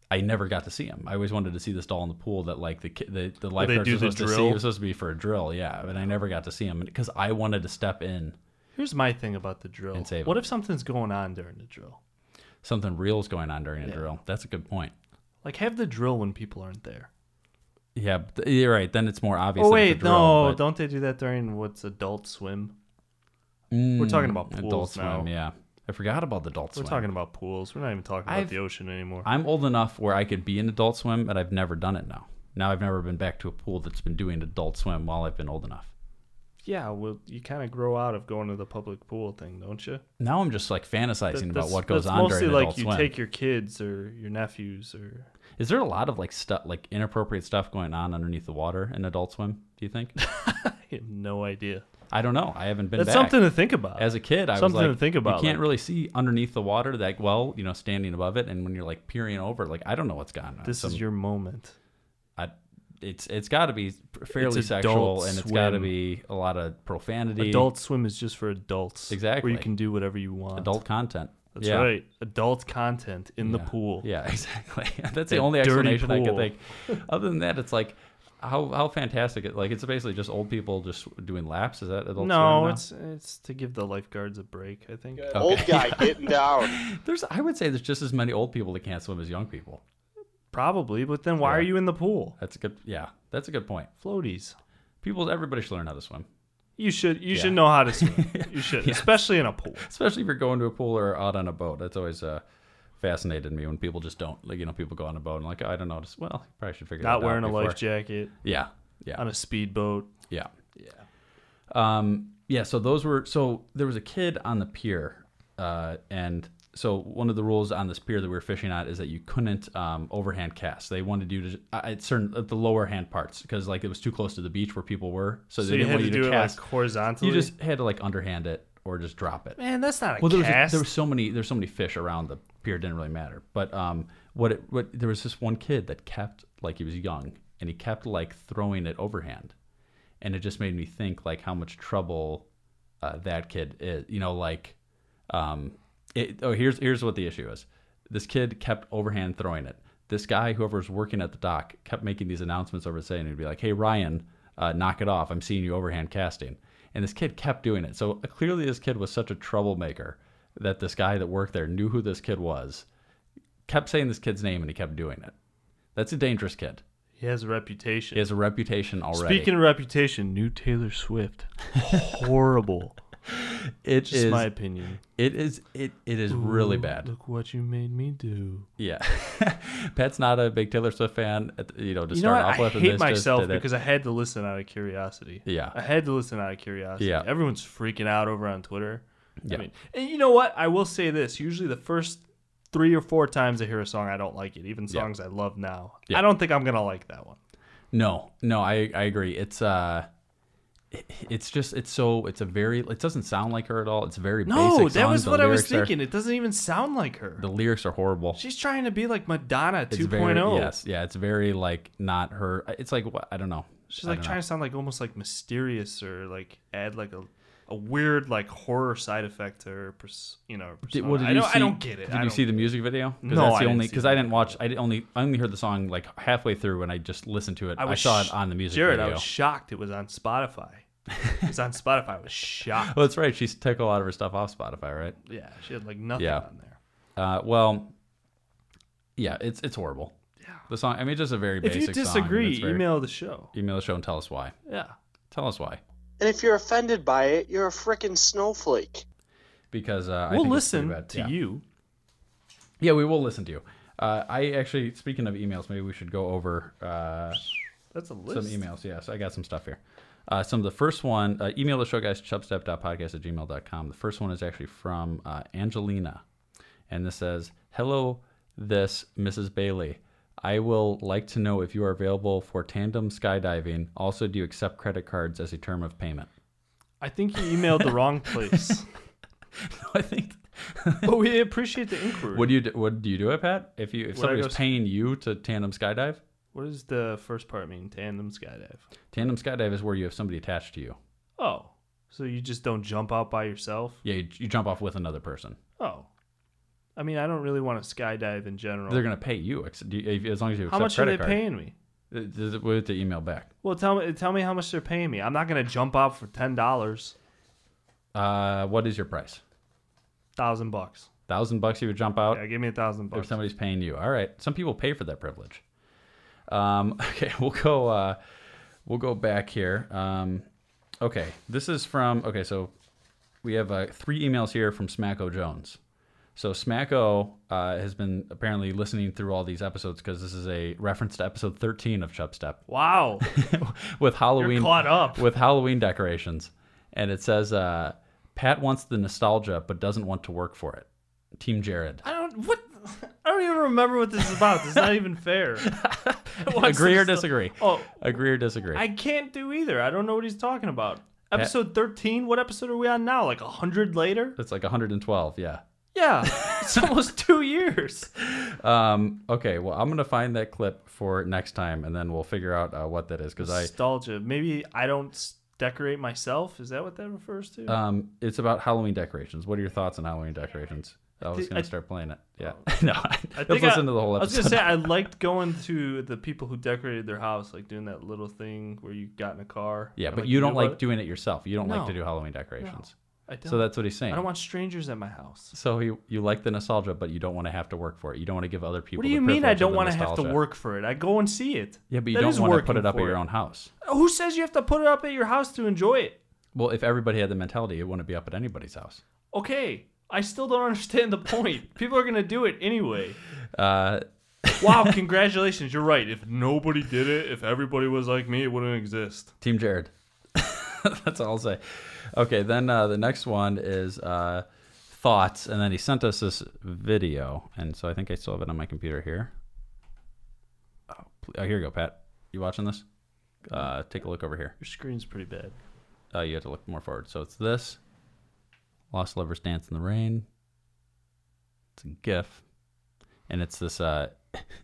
[SPEAKER 9] I never got to see him. I always wanted to see this doll in the pool that like the ki- the the lifeguards
[SPEAKER 10] do
[SPEAKER 9] were
[SPEAKER 10] the
[SPEAKER 9] supposed to see.
[SPEAKER 10] drill?
[SPEAKER 9] It was supposed to be for a drill, yeah, but I never got to see him because I wanted to step in.
[SPEAKER 10] Here's my thing about the drill.
[SPEAKER 9] And save
[SPEAKER 10] what
[SPEAKER 9] it.
[SPEAKER 10] if something's going on during the drill?
[SPEAKER 9] Something real's going on during a drill. That's a good point.
[SPEAKER 10] Like have the drill when people aren't there.
[SPEAKER 9] Yeah, but th- you're right. Then it's more obvious.
[SPEAKER 10] Oh
[SPEAKER 9] that it's
[SPEAKER 10] wait,
[SPEAKER 9] a drill,
[SPEAKER 10] no,
[SPEAKER 9] but-
[SPEAKER 10] don't they do that during what's adult swim? We're talking about pools
[SPEAKER 9] Mm, Adult
[SPEAKER 10] now.
[SPEAKER 9] Swim. Yeah, I forgot about the Adult
[SPEAKER 10] We're
[SPEAKER 9] Swim.
[SPEAKER 10] talking about pools. We're not even talking about
[SPEAKER 9] I've-
[SPEAKER 10] the ocean anymore.
[SPEAKER 9] I'm old enough where I could be in Adult Swim, but I've never done it now. Now I've never been back to a pool that's been doing Adult Swim while I've been old enough.
[SPEAKER 10] yeah, well, you kind of grow out of going to the public pool thing, don't you?
[SPEAKER 9] Now I'm just like fantasizing
[SPEAKER 10] That-
[SPEAKER 9] about
[SPEAKER 10] that's-
[SPEAKER 9] what goes
[SPEAKER 10] that's
[SPEAKER 9] on
[SPEAKER 10] mostly
[SPEAKER 9] during
[SPEAKER 10] like
[SPEAKER 9] Adult
[SPEAKER 10] you
[SPEAKER 9] Swim.
[SPEAKER 10] take your kids or your nephews or
[SPEAKER 9] Is there a lot of like stuff, like inappropriate stuff going on underneath the water in Adult Swim? Do you think?
[SPEAKER 10] I have no idea.
[SPEAKER 9] I don't know. I haven't been.
[SPEAKER 10] That's
[SPEAKER 9] back.
[SPEAKER 10] something to think about.
[SPEAKER 9] as a kid, I
[SPEAKER 10] Something
[SPEAKER 9] was
[SPEAKER 10] to
[SPEAKER 9] like,
[SPEAKER 10] think about,
[SPEAKER 9] You can't
[SPEAKER 10] like-
[SPEAKER 9] really see underneath the water that well, you know, standing above it, and when you're like peering over, like I don't know what's gone on.
[SPEAKER 10] this
[SPEAKER 9] Some-
[SPEAKER 10] is your moment.
[SPEAKER 9] I, it's it's got to be fairly
[SPEAKER 10] It's
[SPEAKER 9] sexual
[SPEAKER 10] Adult
[SPEAKER 9] and it's got to
[SPEAKER 10] Swim.
[SPEAKER 9] be a lot of profanity,
[SPEAKER 10] Adult Swim is just for adults.
[SPEAKER 9] Exactly.
[SPEAKER 10] Where you can do whatever you want.
[SPEAKER 9] adult content.
[SPEAKER 10] That's
[SPEAKER 9] yeah.
[SPEAKER 10] right. Adult content in the
[SPEAKER 9] Yeah.
[SPEAKER 10] pool.
[SPEAKER 9] Yeah, (laughs) exactly. That's the
[SPEAKER 10] That
[SPEAKER 9] only
[SPEAKER 10] dirty
[SPEAKER 9] explanation I could
[SPEAKER 10] pool.
[SPEAKER 9] think. Other than that, it's like how how fantastic it like it's basically just old people just doing laps. Is that adult Swim
[SPEAKER 10] No,
[SPEAKER 9] now? Oh.
[SPEAKER 10] it's it's to give the lifeguards a break. I think.
[SPEAKER 1] Old guy getting down.
[SPEAKER 9] there's I would say there's just as many old people that can't swim as young people.
[SPEAKER 10] Probably, but then why are you in the pool?
[SPEAKER 9] That's a good yeah, that's a good point.
[SPEAKER 10] Floaties.
[SPEAKER 9] People everybody should learn how to swim.
[SPEAKER 10] You should you should know how
[SPEAKER 9] (laughs)
[SPEAKER 10] to swim. You should, especially in a pool.
[SPEAKER 9] Especially if you're going to a pool or out on a boat. That's always uh fascinated me when people just don't like you know, people go on a boat and like I don't know, just well, you probably should figure that
[SPEAKER 10] Not
[SPEAKER 9] out.
[SPEAKER 10] wearing a
[SPEAKER 9] before.
[SPEAKER 10] life jacket
[SPEAKER 9] Yeah. Yeah.
[SPEAKER 10] on a speedboat.
[SPEAKER 9] Yeah. Yeah. Um, yeah. So those were, so there was a kid on the pier. Uh, and so one of the rules on this pier that we were fishing at is that you couldn't um, overhand cast. They wanted you to, uh, at certain, at the lower hand parts, because like it was too close to the beach where people were. So,
[SPEAKER 10] So
[SPEAKER 9] they
[SPEAKER 10] you
[SPEAKER 9] didn't
[SPEAKER 10] had
[SPEAKER 9] want
[SPEAKER 10] to
[SPEAKER 9] you
[SPEAKER 10] do
[SPEAKER 9] to
[SPEAKER 10] it
[SPEAKER 9] cast.
[SPEAKER 10] like horizontally.
[SPEAKER 9] you just had to like underhand it or just drop it.
[SPEAKER 10] man, that's not a
[SPEAKER 9] Well, there was, a,
[SPEAKER 10] cast.
[SPEAKER 9] there was so many there's so many fish around the pier. It didn't really matter. But um, what it what there was this one kid that kept like he was young and he kept like throwing it overhand, and it just made me think like how much trouble uh, that kid is. You know, like um, it, oh here's here's what the issue is. This kid kept overhand throwing it. This guy, whoever was working at the dock, kept making these announcements over saying he'd be like, "Hey Ryan, uh, knock it off! I'm seeing you overhand casting." And this kid kept doing it. So uh, clearly, this kid was such a troublemaker that this guy that worked there knew who this kid was, kept saying this kid's name, and he kept doing it. That's a dangerous kid.
[SPEAKER 10] he has a reputation.
[SPEAKER 9] He has a reputation already.
[SPEAKER 10] Speaking of reputation, new
[SPEAKER 9] (laughs)
[SPEAKER 10] Taylor Swift, horrible.
[SPEAKER 9] it
[SPEAKER 10] Just
[SPEAKER 9] is-
[SPEAKER 10] my opinion.
[SPEAKER 9] It is. It it is really
[SPEAKER 10] Ooh,
[SPEAKER 9] bad.
[SPEAKER 10] Look what you made me do.
[SPEAKER 9] Yeah, (laughs) Pat's not a big Taylor Swift fan. at the- You know, to
[SPEAKER 10] You know
[SPEAKER 9] start
[SPEAKER 10] what?
[SPEAKER 9] off
[SPEAKER 10] I
[SPEAKER 9] with, and
[SPEAKER 10] hate
[SPEAKER 9] this just
[SPEAKER 10] myself
[SPEAKER 9] did it.
[SPEAKER 10] because I had to listen out of curiosity.
[SPEAKER 9] Yeah.
[SPEAKER 10] I had to listen out of curiosity.
[SPEAKER 9] Yeah.
[SPEAKER 10] Everyone's freaking out over on Twitter.
[SPEAKER 9] Yeah.
[SPEAKER 10] I mean, and you know what? I will say this. Usually the first three or four times I hear a song, I don't like it. Even songs I love now.
[SPEAKER 9] Yeah.
[SPEAKER 10] I don't think I'm going to like that one.
[SPEAKER 9] No, no, I I agree. It's uh, it- it's just it's so it's a very it doesn't sound like her at all. It's very
[SPEAKER 10] No,
[SPEAKER 9] Basic
[SPEAKER 10] that
[SPEAKER 9] songs.
[SPEAKER 10] was
[SPEAKER 9] The
[SPEAKER 10] what I was
[SPEAKER 9] lyrics are-
[SPEAKER 10] thinking. It doesn't even sound like her.
[SPEAKER 9] the lyrics are horrible.
[SPEAKER 10] She's trying to be like Madonna
[SPEAKER 9] It's very
[SPEAKER 10] 2.0.
[SPEAKER 9] yes, yeah. It's very like not her. It's like what I don't know.
[SPEAKER 10] She's like trying to sound like almost like mysterious or like add like a a weird like horror side effect to her, pers- you know. her
[SPEAKER 9] Did,
[SPEAKER 10] persona.
[SPEAKER 9] well, did
[SPEAKER 10] I,
[SPEAKER 9] you
[SPEAKER 10] don't,
[SPEAKER 9] see-
[SPEAKER 10] I don't get it.
[SPEAKER 9] Did
[SPEAKER 10] I
[SPEAKER 9] you
[SPEAKER 10] don't-
[SPEAKER 9] see the music video? 'Cause
[SPEAKER 10] No,
[SPEAKER 9] that's
[SPEAKER 10] I
[SPEAKER 9] the
[SPEAKER 10] didn't
[SPEAKER 9] only
[SPEAKER 10] see
[SPEAKER 9] because
[SPEAKER 10] the
[SPEAKER 9] I didn't watch. I did- only I only heard the song like halfway through, and I just listened to it. I, saw
[SPEAKER 10] sh-
[SPEAKER 9] it on the music
[SPEAKER 10] Jared,
[SPEAKER 9] video.
[SPEAKER 10] I was shocked. It was on Spotify.
[SPEAKER 9] (laughs)
[SPEAKER 10] it was on Spotify. I was shocked.
[SPEAKER 9] well, that's right. She took a lot of her stuff off Spotify, right?
[SPEAKER 10] yeah, she had like nothing
[SPEAKER 9] Yeah.
[SPEAKER 10] on there.
[SPEAKER 9] Uh, well, yeah, it's it's horrible. Yeah. The song. I mean, it's just a very
[SPEAKER 10] If
[SPEAKER 9] basic.
[SPEAKER 10] you
[SPEAKER 9] song, and
[SPEAKER 10] disagree,
[SPEAKER 9] it's very-
[SPEAKER 10] email the show.
[SPEAKER 9] email the show and tell us why.
[SPEAKER 10] Yeah.
[SPEAKER 9] Tell us why.
[SPEAKER 1] And if you're offended by it, you're a frickin' snowflake.
[SPEAKER 9] Because uh, I
[SPEAKER 10] we'll
[SPEAKER 9] think it's pretty
[SPEAKER 10] listen
[SPEAKER 9] bad.
[SPEAKER 10] to
[SPEAKER 9] yeah.
[SPEAKER 10] you.
[SPEAKER 9] Yeah, we will listen to you. Uh, I actually, speaking of emails, maybe we should go over uh,
[SPEAKER 10] That's a
[SPEAKER 9] some
[SPEAKER 10] list.
[SPEAKER 9] emails. Yes, I got some stuff here. Uh, some of the first one, uh, email the show guys, chubstep.podcast at gmail.com. The first one is actually from uh, Angelina. And this says, Hello, this Mrs. Bailey. I will like to know if you are available for tandem skydiving. Also, do you accept credit cards as a term of payment? (laughs)
[SPEAKER 10] I think you emailed the wrong place.
[SPEAKER 9] I think. (laughs)
[SPEAKER 10] but we appreciate the inquiry.
[SPEAKER 9] Would you do, would do you do it, Pat? If you if
[SPEAKER 10] Oh, I
[SPEAKER 9] somebody
[SPEAKER 10] go
[SPEAKER 9] was
[SPEAKER 10] s-
[SPEAKER 9] paying you to tandem skydive,
[SPEAKER 10] what does the first part mean? Tandem skydive.
[SPEAKER 9] tandem skydive is where you have somebody attached to you.
[SPEAKER 10] Oh, so you just don't jump out by yourself?
[SPEAKER 9] Yeah, you, you jump off with another person.
[SPEAKER 10] Oh, I mean, I don't really want to skydive in general.
[SPEAKER 9] They're gonna pay you ex- do you- if- as long as you accept
[SPEAKER 10] how much are
[SPEAKER 9] credit
[SPEAKER 10] they
[SPEAKER 9] card.
[SPEAKER 10] paying me?
[SPEAKER 9] Th- th- With the email back.
[SPEAKER 10] Well, tell me, tell me how much they're paying me. I'm not gonna jump out for ten dollars,
[SPEAKER 9] Uh, what is your price?
[SPEAKER 10] thousand bucks.
[SPEAKER 9] Thousand bucks you would jump out
[SPEAKER 10] Yeah, give me a thousand
[SPEAKER 9] if
[SPEAKER 10] bucks.
[SPEAKER 9] somebody's paying you. All right. Some people pay for that privilege. Um, (laughs) okay, we'll go. Uh, we'll go back here. Um, okay, this is from. Okay, so we have uh, three emails here from Smacko Jones. So Smacko uh, has been apparently listening through all these episodes because this is a reference to episode 13 of Chub Step (laughs)
[SPEAKER 10] Wow,
[SPEAKER 9] with Halloween
[SPEAKER 10] you're caught up.
[SPEAKER 9] with Halloween decorations, and it says uh, Pat wants the nostalgia but doesn't want to work for it. Team Jared,
[SPEAKER 10] I don't what. I don't even remember what this is about. It's not
[SPEAKER 9] (laughs)
[SPEAKER 10] even fair. (laughs) What's
[SPEAKER 9] agree or
[SPEAKER 10] this-
[SPEAKER 9] disagree?
[SPEAKER 10] Oh,
[SPEAKER 9] Agree or disagree?
[SPEAKER 10] I can't do either. I don't know what he's talking
[SPEAKER 9] (laughs)
[SPEAKER 10] about. Episode 13. What episode are we on now? Like a hundred later?
[SPEAKER 9] That's like 112. Yeah,
[SPEAKER 10] Yeah.
[SPEAKER 9] It's almost two (laughs) years. Um, okay, well, I'm gonna find that clip for next time, and then we'll figure out uh, what that is because I
[SPEAKER 10] Nostalgia. Maybe I don't s- decorate myself. Is that what that refers to?
[SPEAKER 9] um, it's about Halloween decorations. What are your thoughts on Halloween decorations? I was
[SPEAKER 10] think-
[SPEAKER 9] gonna
[SPEAKER 10] I- Oh.
[SPEAKER 9] start playing it. Yeah, (laughs) no, I,
[SPEAKER 10] I
[SPEAKER 9] let's
[SPEAKER 10] think
[SPEAKER 9] listen
[SPEAKER 10] I-
[SPEAKER 9] to the whole
[SPEAKER 10] I was
[SPEAKER 9] episode.
[SPEAKER 10] gonna say I liked going to the people who decorated their house, like doing that little thing where you got in a car.
[SPEAKER 9] (laughs) yeah,
[SPEAKER 10] and,
[SPEAKER 9] but you don't
[SPEAKER 10] knew
[SPEAKER 9] like
[SPEAKER 10] about it.
[SPEAKER 9] doing it yourself. You don't like
[SPEAKER 10] No.
[SPEAKER 9] to do Halloween decorations.
[SPEAKER 10] I don't.
[SPEAKER 9] So that's what he's saying.
[SPEAKER 10] I don't want strangers at my house.
[SPEAKER 9] So you you like the nostalgia, but you don't want to have to work for it. You don't want to give other people.
[SPEAKER 10] What do you
[SPEAKER 9] the
[SPEAKER 10] mean I
[SPEAKER 9] privilege of
[SPEAKER 10] don't
[SPEAKER 9] the
[SPEAKER 10] want to have to
[SPEAKER 9] nostalgia.
[SPEAKER 10] work for it? I go and see it.
[SPEAKER 9] Yeah, but you
[SPEAKER 10] That
[SPEAKER 9] don't
[SPEAKER 10] is
[SPEAKER 9] want to put
[SPEAKER 10] working
[SPEAKER 9] it up at
[SPEAKER 10] for
[SPEAKER 9] your
[SPEAKER 10] it.
[SPEAKER 9] own house.
[SPEAKER 10] Who says you have to put it up at your house to enjoy it?
[SPEAKER 9] Well, if everybody had the mentality, it wouldn't be up at anybody's house.
[SPEAKER 10] Okay, I still don't (laughs) understand the point. people are gonna do it anyway.
[SPEAKER 9] Uh,
[SPEAKER 10] Wow, congratulations. You're right. If nobody did it, if everybody was like me, it wouldn't exist.
[SPEAKER 9] Team Jared. (laughs) That's all I'll say. Okay, then uh, the next one is uh, thoughts, and then he sent us this video, and so I think I still have it on my computer here. Oh, pl- oh here you go, Pat. You watching this? Uh, take a look over here.
[SPEAKER 10] Your screen's pretty bad.
[SPEAKER 9] Uh, you have to look more forward. So it's this. Lost lovers dance in the rain. It's a GIF, and it's this. Uh,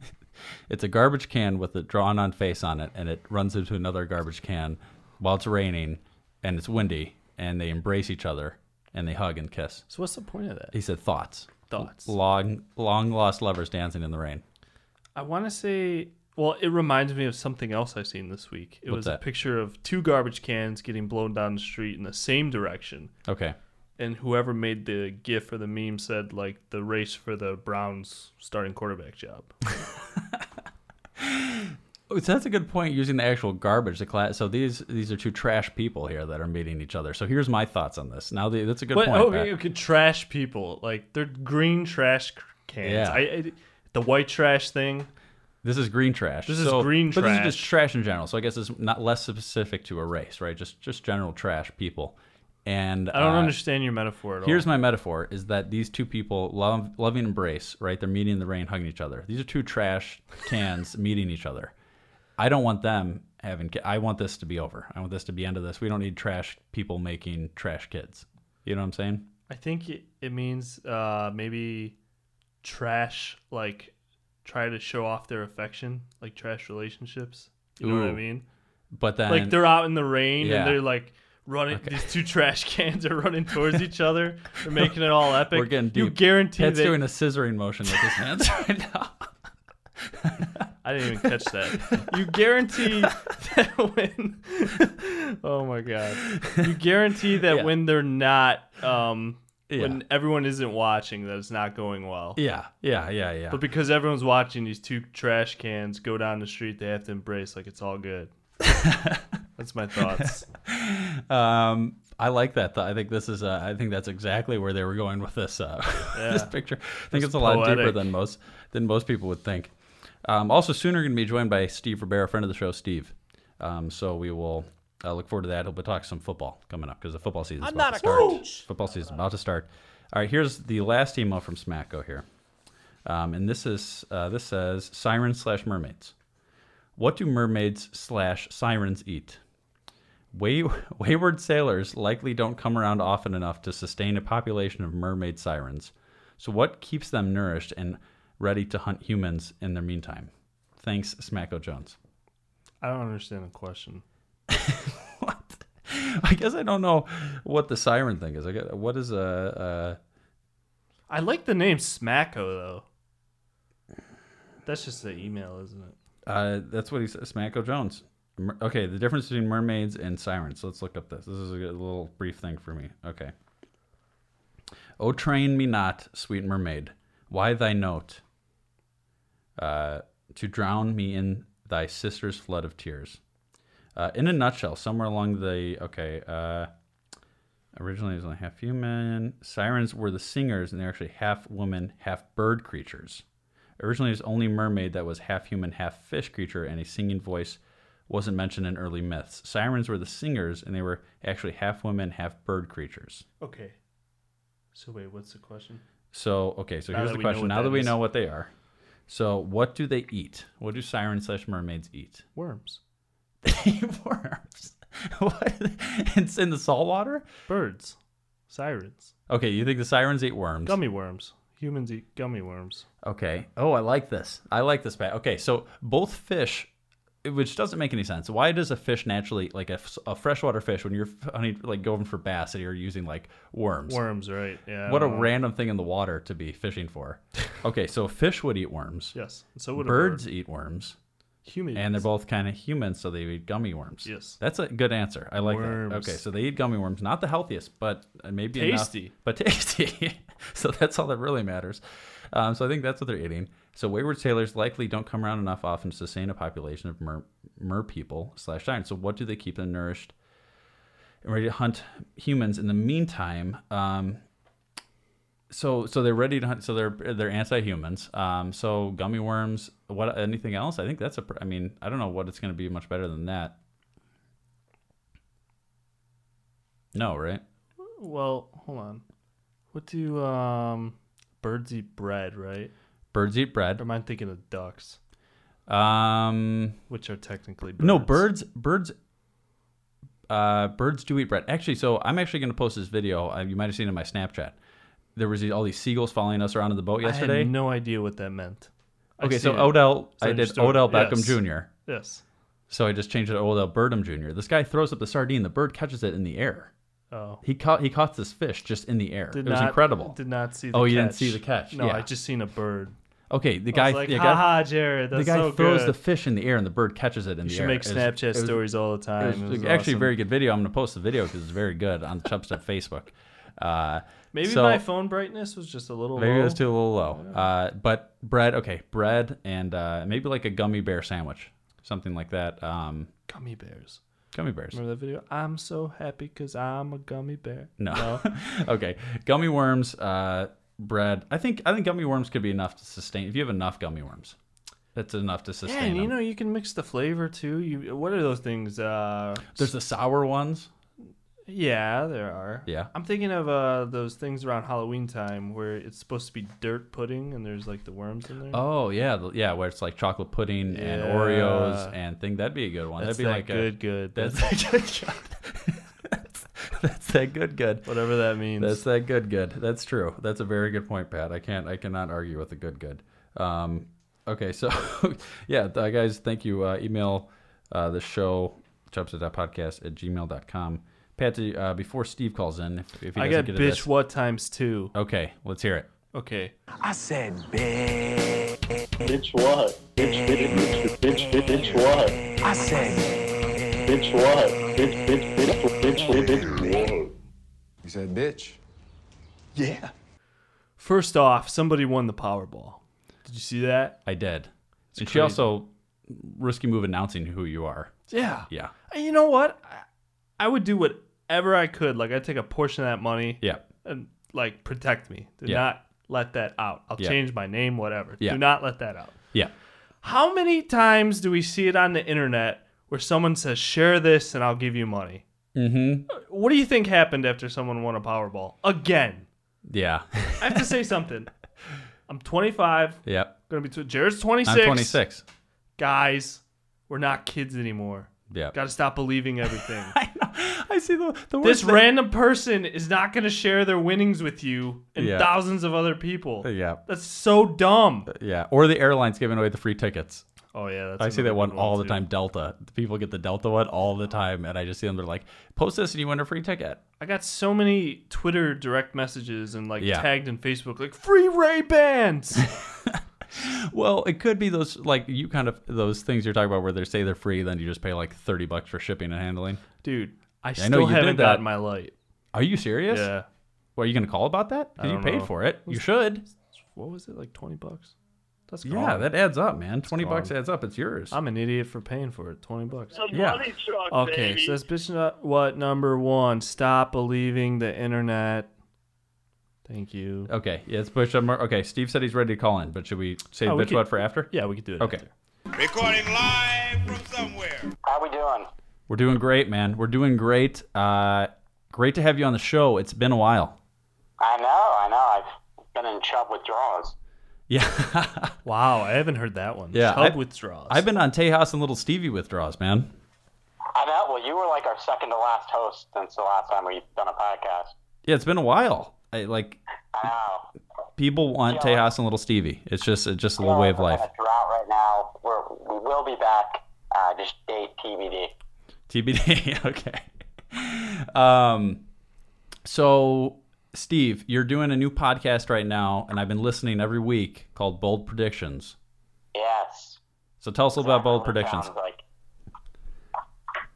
[SPEAKER 9] (laughs) it's a garbage can with a drawn-on face on it, and it runs into another garbage can while it's raining and it's windy, and they embrace each other and they hug and kiss.
[SPEAKER 10] So what's the point of that?
[SPEAKER 9] He said thoughts.
[SPEAKER 10] Thoughts.
[SPEAKER 9] Long, long lost lovers dancing in the rain.
[SPEAKER 10] I want to say, well, it reminds me of something else I've seen this week. It
[SPEAKER 9] What's
[SPEAKER 10] was
[SPEAKER 9] that?
[SPEAKER 10] a picture of two garbage cans getting blown down the street in the same direction.
[SPEAKER 9] Okay.
[SPEAKER 10] And whoever made the GIF or the meme said, like, the race for the Browns starting quarterback job.
[SPEAKER 9] Oh, So that's a good point. Using the actual garbage, the class. So these these are two trash people here that are meeting each other. So here's my thoughts on this. Now the, that's a good
[SPEAKER 10] but,
[SPEAKER 9] point.
[SPEAKER 10] oh,
[SPEAKER 9] Pat.
[SPEAKER 10] you could trash people. Like, they're green trash c- cans.
[SPEAKER 9] Yeah.
[SPEAKER 10] I, I, the white trash thing.
[SPEAKER 9] This is green trash.
[SPEAKER 10] This is green
[SPEAKER 9] But this is just
[SPEAKER 10] trash.
[SPEAKER 9] trash in general. So I guess it's not less specific to a race, right? Just just general trash people. And
[SPEAKER 10] I don't
[SPEAKER 9] uh,
[SPEAKER 10] understand your metaphor at all.
[SPEAKER 9] Here's my metaphor: is that these two people love loving embrace, right? They're meeting in the rain, hugging each other. These are two trash
[SPEAKER 10] (laughs)
[SPEAKER 9] cans meeting each other. I don't want them having. ki- I want this to be over. I want this to be end of this. We don't need trash people making trash kids. You know what I'm saying?
[SPEAKER 10] I think it, it means uh, maybe trash, like try to show off their affection, like trash relationships. You know what I
[SPEAKER 9] Ooh.
[SPEAKER 10] mean?
[SPEAKER 9] But then,
[SPEAKER 10] like they're out in the rain
[SPEAKER 9] Yeah.
[SPEAKER 10] and they're like running. These two trash (laughs) cans are running towards each other.
[SPEAKER 9] (laughs)
[SPEAKER 10] They're making it all epic.
[SPEAKER 9] we're getting deep.
[SPEAKER 10] You guarantee
[SPEAKER 9] Ted's
[SPEAKER 10] they-
[SPEAKER 9] doing a scissoring motion with his hands (laughs) right
[SPEAKER 10] (laughs)
[SPEAKER 9] now.
[SPEAKER 10] I didn't even catch that.
[SPEAKER 9] (laughs)
[SPEAKER 10] You guarantee that (laughs) when. (laughs) oh my god! You guarantee that
[SPEAKER 9] Yeah.
[SPEAKER 10] when they're not, um,
[SPEAKER 9] Yeah.
[SPEAKER 10] when everyone isn't watching, that it's not going well.
[SPEAKER 9] Yeah, yeah, yeah, yeah.
[SPEAKER 10] But because everyone's watching these two trash cans go down the street, they have to embrace like it's all (laughs) good. That's my (laughs) thoughts.
[SPEAKER 9] Um, I like that. Though. I think this is. Uh, I think that's exactly where they were going with this. Uh, (laughs) this picture. I think it's a lot deeper
[SPEAKER 10] poetic.
[SPEAKER 9] than most than most people would think. Um, also, soon we're going to be joined by Steve Ribera, friend of the show, Steve. Um, so we will uh, look forward to that. He'll be talking some football coming up because the football season.
[SPEAKER 5] I'm
[SPEAKER 9] about
[SPEAKER 5] not
[SPEAKER 9] to
[SPEAKER 5] a
[SPEAKER 9] start.
[SPEAKER 5] coach.
[SPEAKER 9] Football season about to start. All right, here's the last email from Smacko here, um, and this is uh, this says sirens slash mermaids. What do mermaids slash sirens eat? Way, (laughs) wayward sailors likely don't come around often enough to sustain a population of mermaid sirens. So, what keeps them nourished and ready to hunt humans in their meantime? Thanks, Smacko Jones.
[SPEAKER 10] I don't understand the question.
[SPEAKER 9] (laughs) What? I guess I don't know what the siren thing is. I guess, what is a,
[SPEAKER 10] I like the name Smacko though. That's just an email, isn't it?
[SPEAKER 9] a uh, that's what he says, Smacko Jones. Mer- okay, the difference between mermaids and sirens. Let's look up this. This is a good little brief thing for me. Okay. O train me not, sweet mermaid, why thy note? Uh, to drown me in thy sister's flood of tears. Uh, in a nutshell, somewhere along the okay. Uh, originally, it was only half human. Sirens were the singers, and they're actually half woman, half bird creatures. Originally, it was only mermaid that was half human, half fish creature, and a singing voice wasn't mentioned in early myths. Sirens were the singers, and they were actually half women, half bird creatures.
[SPEAKER 10] Okay. So wait, what's the question?
[SPEAKER 9] So okay, so
[SPEAKER 10] Now
[SPEAKER 9] here's
[SPEAKER 10] that
[SPEAKER 9] the
[SPEAKER 10] we know
[SPEAKER 9] question.
[SPEAKER 10] what
[SPEAKER 9] Now
[SPEAKER 10] that
[SPEAKER 9] that we
[SPEAKER 10] is.
[SPEAKER 9] know what they are, so what do they eat? What do sirens slash mermaids eat? (laughs)
[SPEAKER 10] Worms.
[SPEAKER 9] They eat worms. what? It's in the salt water.
[SPEAKER 10] Birds. Sirens.
[SPEAKER 9] Okay, you think the sirens eat worms?
[SPEAKER 10] Gummy worms. Humans eat gummy worms.
[SPEAKER 9] Okay. Oh, I like this. I like this Pat. Okay, so both fish, which doesn't make any sense. Why does a fish naturally, like a, f- a freshwater fish, when you're f- I mean, like going for bass and you're using like worms?
[SPEAKER 10] Worms, right? Yeah.
[SPEAKER 9] What a
[SPEAKER 10] uh,
[SPEAKER 9] random thing in the water to be fishing
[SPEAKER 10] (laughs)
[SPEAKER 9] for. okay, so fish would eat worms.
[SPEAKER 10] Yes. So would
[SPEAKER 9] Birds
[SPEAKER 10] a bird.
[SPEAKER 9] eat worms,
[SPEAKER 10] Humans.
[SPEAKER 9] and they're both kind of human, so they eat gummy worms.
[SPEAKER 10] Yes.
[SPEAKER 9] that's a good answer. I like
[SPEAKER 10] Worms.
[SPEAKER 9] that. Okay, so they eat gummy worms, not the healthiest, but uh, maybe enough-
[SPEAKER 10] Tasty.
[SPEAKER 9] but (laughs) tasty. so that's all that really matters. Um, so I think that's what they're eating. So wayward sailors likely don't come around enough often to sustain a population of mer, mer people slash giants. So what do they keep them nourished and ready to hunt humans in the meantime? Um, so so they're ready to hunt. So they're they're anti-humans. Um, so gummy worms. What anything else? I think that's a. pr- I mean, I don't know what it's going to be much better than that. No, right?
[SPEAKER 10] Well, hold on. What do um birds eat bread, right?
[SPEAKER 9] Birds eat bread.
[SPEAKER 10] Or am I thinking of ducks,
[SPEAKER 9] Um,
[SPEAKER 10] which are technically birds?
[SPEAKER 9] no birds. Birds. Uh, birds do eat bread. Actually, so I'm actually going to post this video. Uh, you might have seen it in my Snapchat. There was these- all these seagulls following us around in the boat
[SPEAKER 10] I
[SPEAKER 9] yesterday.
[SPEAKER 10] had no idea what that meant. I
[SPEAKER 9] okay,
[SPEAKER 10] see
[SPEAKER 9] so
[SPEAKER 10] it.
[SPEAKER 9] Odell,
[SPEAKER 10] So
[SPEAKER 9] I
[SPEAKER 10] I
[SPEAKER 9] did
[SPEAKER 10] just don't-
[SPEAKER 9] Odell Beckham
[SPEAKER 10] yes.
[SPEAKER 9] Jr.
[SPEAKER 10] Yes.
[SPEAKER 9] So I just changed it to Odell Birdham Jr. This guy throws up the sardine. The bird catches it in the air.
[SPEAKER 10] Oh.
[SPEAKER 9] He caught he caught this fish just in the air.
[SPEAKER 10] Did
[SPEAKER 9] it was
[SPEAKER 10] not,
[SPEAKER 9] incredible.
[SPEAKER 10] Did not see. The
[SPEAKER 9] Oh,
[SPEAKER 10] catch.
[SPEAKER 9] you didn't see the catch,
[SPEAKER 10] No,
[SPEAKER 9] yeah.
[SPEAKER 10] I just seen a bird.
[SPEAKER 9] okay, the
[SPEAKER 10] I
[SPEAKER 9] guy
[SPEAKER 10] was like,
[SPEAKER 9] the
[SPEAKER 10] ha
[SPEAKER 9] guy,
[SPEAKER 10] ha, Jared. That's
[SPEAKER 9] the guy
[SPEAKER 10] so
[SPEAKER 9] throws
[SPEAKER 10] good.
[SPEAKER 9] the fish in the air and the bird catches it in
[SPEAKER 10] You
[SPEAKER 9] the
[SPEAKER 10] should
[SPEAKER 9] air.
[SPEAKER 10] make
[SPEAKER 9] It was-
[SPEAKER 10] Snapchat
[SPEAKER 9] it was-
[SPEAKER 10] stories all the time.
[SPEAKER 9] It was
[SPEAKER 10] It was
[SPEAKER 9] actually a
[SPEAKER 10] awesome.
[SPEAKER 9] very good video. I'm going to post the video because it's very good on Chubstep Facebook. Uh,
[SPEAKER 10] Maybe
[SPEAKER 9] so-
[SPEAKER 10] my phone brightness was just a little.
[SPEAKER 9] Maybe
[SPEAKER 10] low.
[SPEAKER 9] that's too a little low. Uh, but bread, okay, bread and uh, maybe like a gummy bear sandwich, something like that. Um,
[SPEAKER 10] gummy bears.
[SPEAKER 9] gummy bears.
[SPEAKER 10] Remember that video? I'm so happy because I'm a gummy bear.
[SPEAKER 9] No. (laughs) okay, gummy worms, uh, bread. I think I think gummy worms could be enough to sustain. If you have enough gummy worms, that's enough to
[SPEAKER 10] Yeah,
[SPEAKER 9] sustain.
[SPEAKER 10] and you
[SPEAKER 9] them.
[SPEAKER 10] know you can mix the flavor too. You what are those things? Uh,
[SPEAKER 9] There's the sour ones.
[SPEAKER 10] yeah, there are.
[SPEAKER 9] Yeah.
[SPEAKER 10] I'm thinking of uh those things around Halloween time where it's supposed to be dirt pudding and there's like the worms in there.
[SPEAKER 9] Oh yeah, the- yeah. Where it's like chocolate pudding and
[SPEAKER 10] Mm. Yeah.
[SPEAKER 9] Oreos and thing. That'd be a good one.
[SPEAKER 10] that's
[SPEAKER 9] That'd be
[SPEAKER 10] that
[SPEAKER 9] like
[SPEAKER 10] good,
[SPEAKER 9] a
[SPEAKER 10] good.
[SPEAKER 9] That's
[SPEAKER 10] That's
[SPEAKER 9] that good (laughs) good. that's, (laughs) that's that good good.
[SPEAKER 10] whatever that means.
[SPEAKER 9] That's that good good. That's true. That's a very good point, Pat. I can't. I cannot argue with the good good. Um, okay, so (laughs) yeah, th- guys, thank you. Uh, email uh, the show podcast at gmail.com. Pat, do- uh, before Steve calls in, if, if he
[SPEAKER 10] I
[SPEAKER 9] doesn't
[SPEAKER 10] got
[SPEAKER 9] get
[SPEAKER 10] bitch
[SPEAKER 9] to this-
[SPEAKER 10] what times two.
[SPEAKER 9] Okay, let's hear it.
[SPEAKER 10] Okay.
[SPEAKER 6] I said, bitch.
[SPEAKER 1] Bitch what? Bitch bitch bitch bitch bitch bitch what?
[SPEAKER 6] I said,
[SPEAKER 1] Bitch what? Bitch bitch bitch bitch bitch bitch what?
[SPEAKER 8] He said, bitch. Yeah.
[SPEAKER 10] First off, somebody won the Powerball. Did you see that?
[SPEAKER 9] I did. and she
[SPEAKER 10] crazy.
[SPEAKER 9] also risky move announcing who you are.
[SPEAKER 10] Yeah.
[SPEAKER 9] Yeah.
[SPEAKER 10] And you know what? I, I would do whatever I could. Like I'd take a portion of that money
[SPEAKER 9] Yeah.
[SPEAKER 10] and like protect me. Do
[SPEAKER 9] Yeah.
[SPEAKER 10] not let that out. I'll
[SPEAKER 9] Yeah.
[SPEAKER 10] change my name, whatever.
[SPEAKER 9] Yeah.
[SPEAKER 10] Do not let that out.
[SPEAKER 9] Yeah.
[SPEAKER 10] How many times do we see it on the internet where someone says, share this and I'll give you money?
[SPEAKER 9] Mm-hmm.
[SPEAKER 10] What do you think happened after someone won a Powerball? Again.
[SPEAKER 9] Yeah. (laughs)
[SPEAKER 10] I have to say something. I'm 25.
[SPEAKER 9] yep.
[SPEAKER 10] Gonna be tw- Jared's 26.
[SPEAKER 9] I'm 26.
[SPEAKER 10] Guys, we're not kids anymore.
[SPEAKER 9] Yeah.
[SPEAKER 10] Gotta stop believing everything.
[SPEAKER 9] (laughs) I know. I see the the
[SPEAKER 10] this
[SPEAKER 9] worst thing-
[SPEAKER 10] random person is not going to share their winnings with you and
[SPEAKER 9] Yeah.
[SPEAKER 10] thousands of other people.
[SPEAKER 9] Yeah.
[SPEAKER 10] That's so dumb.
[SPEAKER 9] Yeah. Or the airlines giving away the free tickets.
[SPEAKER 10] Oh yeah, that's
[SPEAKER 9] Uh, I see that
[SPEAKER 10] another
[SPEAKER 9] one
[SPEAKER 10] good
[SPEAKER 9] all the
[SPEAKER 10] too.
[SPEAKER 9] time. Delta. The People get the Delta one all the time, and I just see them. They're like, "Post this, and you win a free ticket."
[SPEAKER 10] I got so many Twitter direct messages and like
[SPEAKER 9] Yeah.
[SPEAKER 10] tagged in Facebook like free
[SPEAKER 9] (laughs)
[SPEAKER 10] Ray Bans.
[SPEAKER 9] Well, it could be those like you kind of those things you're talking about where they say they're free, then you just pay like thirty bucks for shipping and handling.
[SPEAKER 10] Dude, I still
[SPEAKER 9] know you did
[SPEAKER 10] haven't
[SPEAKER 9] that.
[SPEAKER 10] gotten my light.
[SPEAKER 9] Are you serious?
[SPEAKER 10] Yeah.
[SPEAKER 9] Well, are you gonna call about that? Because you
[SPEAKER 10] don't
[SPEAKER 9] paid
[SPEAKER 10] know.
[SPEAKER 9] for it. You should.
[SPEAKER 10] What was it like 20 bucks? That's gone.
[SPEAKER 9] Yeah, that adds up, man. Twenty bucks
[SPEAKER 10] gone.
[SPEAKER 9] adds up. It's yours.
[SPEAKER 10] I'm an idiot for paying for it. 20 bucks.
[SPEAKER 9] yeah.
[SPEAKER 10] Okay, so that's bitch not what number 1. Stop believing the internet. Thank you.
[SPEAKER 9] Okay. Yeah, it's push up. mar- Okay. Steve said he's ready to call in, but should we say
[SPEAKER 10] Oh, we
[SPEAKER 9] bitch
[SPEAKER 10] could-
[SPEAKER 9] what for after?
[SPEAKER 10] Yeah, we could do it.
[SPEAKER 9] Okay.
[SPEAKER 10] after.
[SPEAKER 6] recording live from somewhere.
[SPEAKER 1] How we doing?
[SPEAKER 9] We're doing great, man. We're doing great. Uh, great to have you on the show. It's been a while. (laughs)
[SPEAKER 1] I know, I know. I've been in chub withdrawals.
[SPEAKER 9] Yeah.
[SPEAKER 10] Wow, I haven't heard that one.
[SPEAKER 9] Yeah,
[SPEAKER 10] Chub
[SPEAKER 9] I-
[SPEAKER 10] withdrawals.
[SPEAKER 9] I've been on Tejas and Little Stevie withdraws, man.
[SPEAKER 1] I know. Well, you were like our second to last host since the last time we've done a podcast.
[SPEAKER 9] Yeah, it's been a while. I like
[SPEAKER 11] Wow.
[SPEAKER 9] people want Tejas and Little Stevie. It's just it's just a
[SPEAKER 11] Oh,
[SPEAKER 9] little way of life.
[SPEAKER 11] A drought right now. We're, we will be back. Uh, just date TBD.
[SPEAKER 9] TBD. (laughs) okay. Um, so Steve, you're doing a new podcast right now, and I've been listening every week called Bold Predictions.
[SPEAKER 11] Yes.
[SPEAKER 9] So tell us a little about Bold Predictions.
[SPEAKER 11] Sounds like.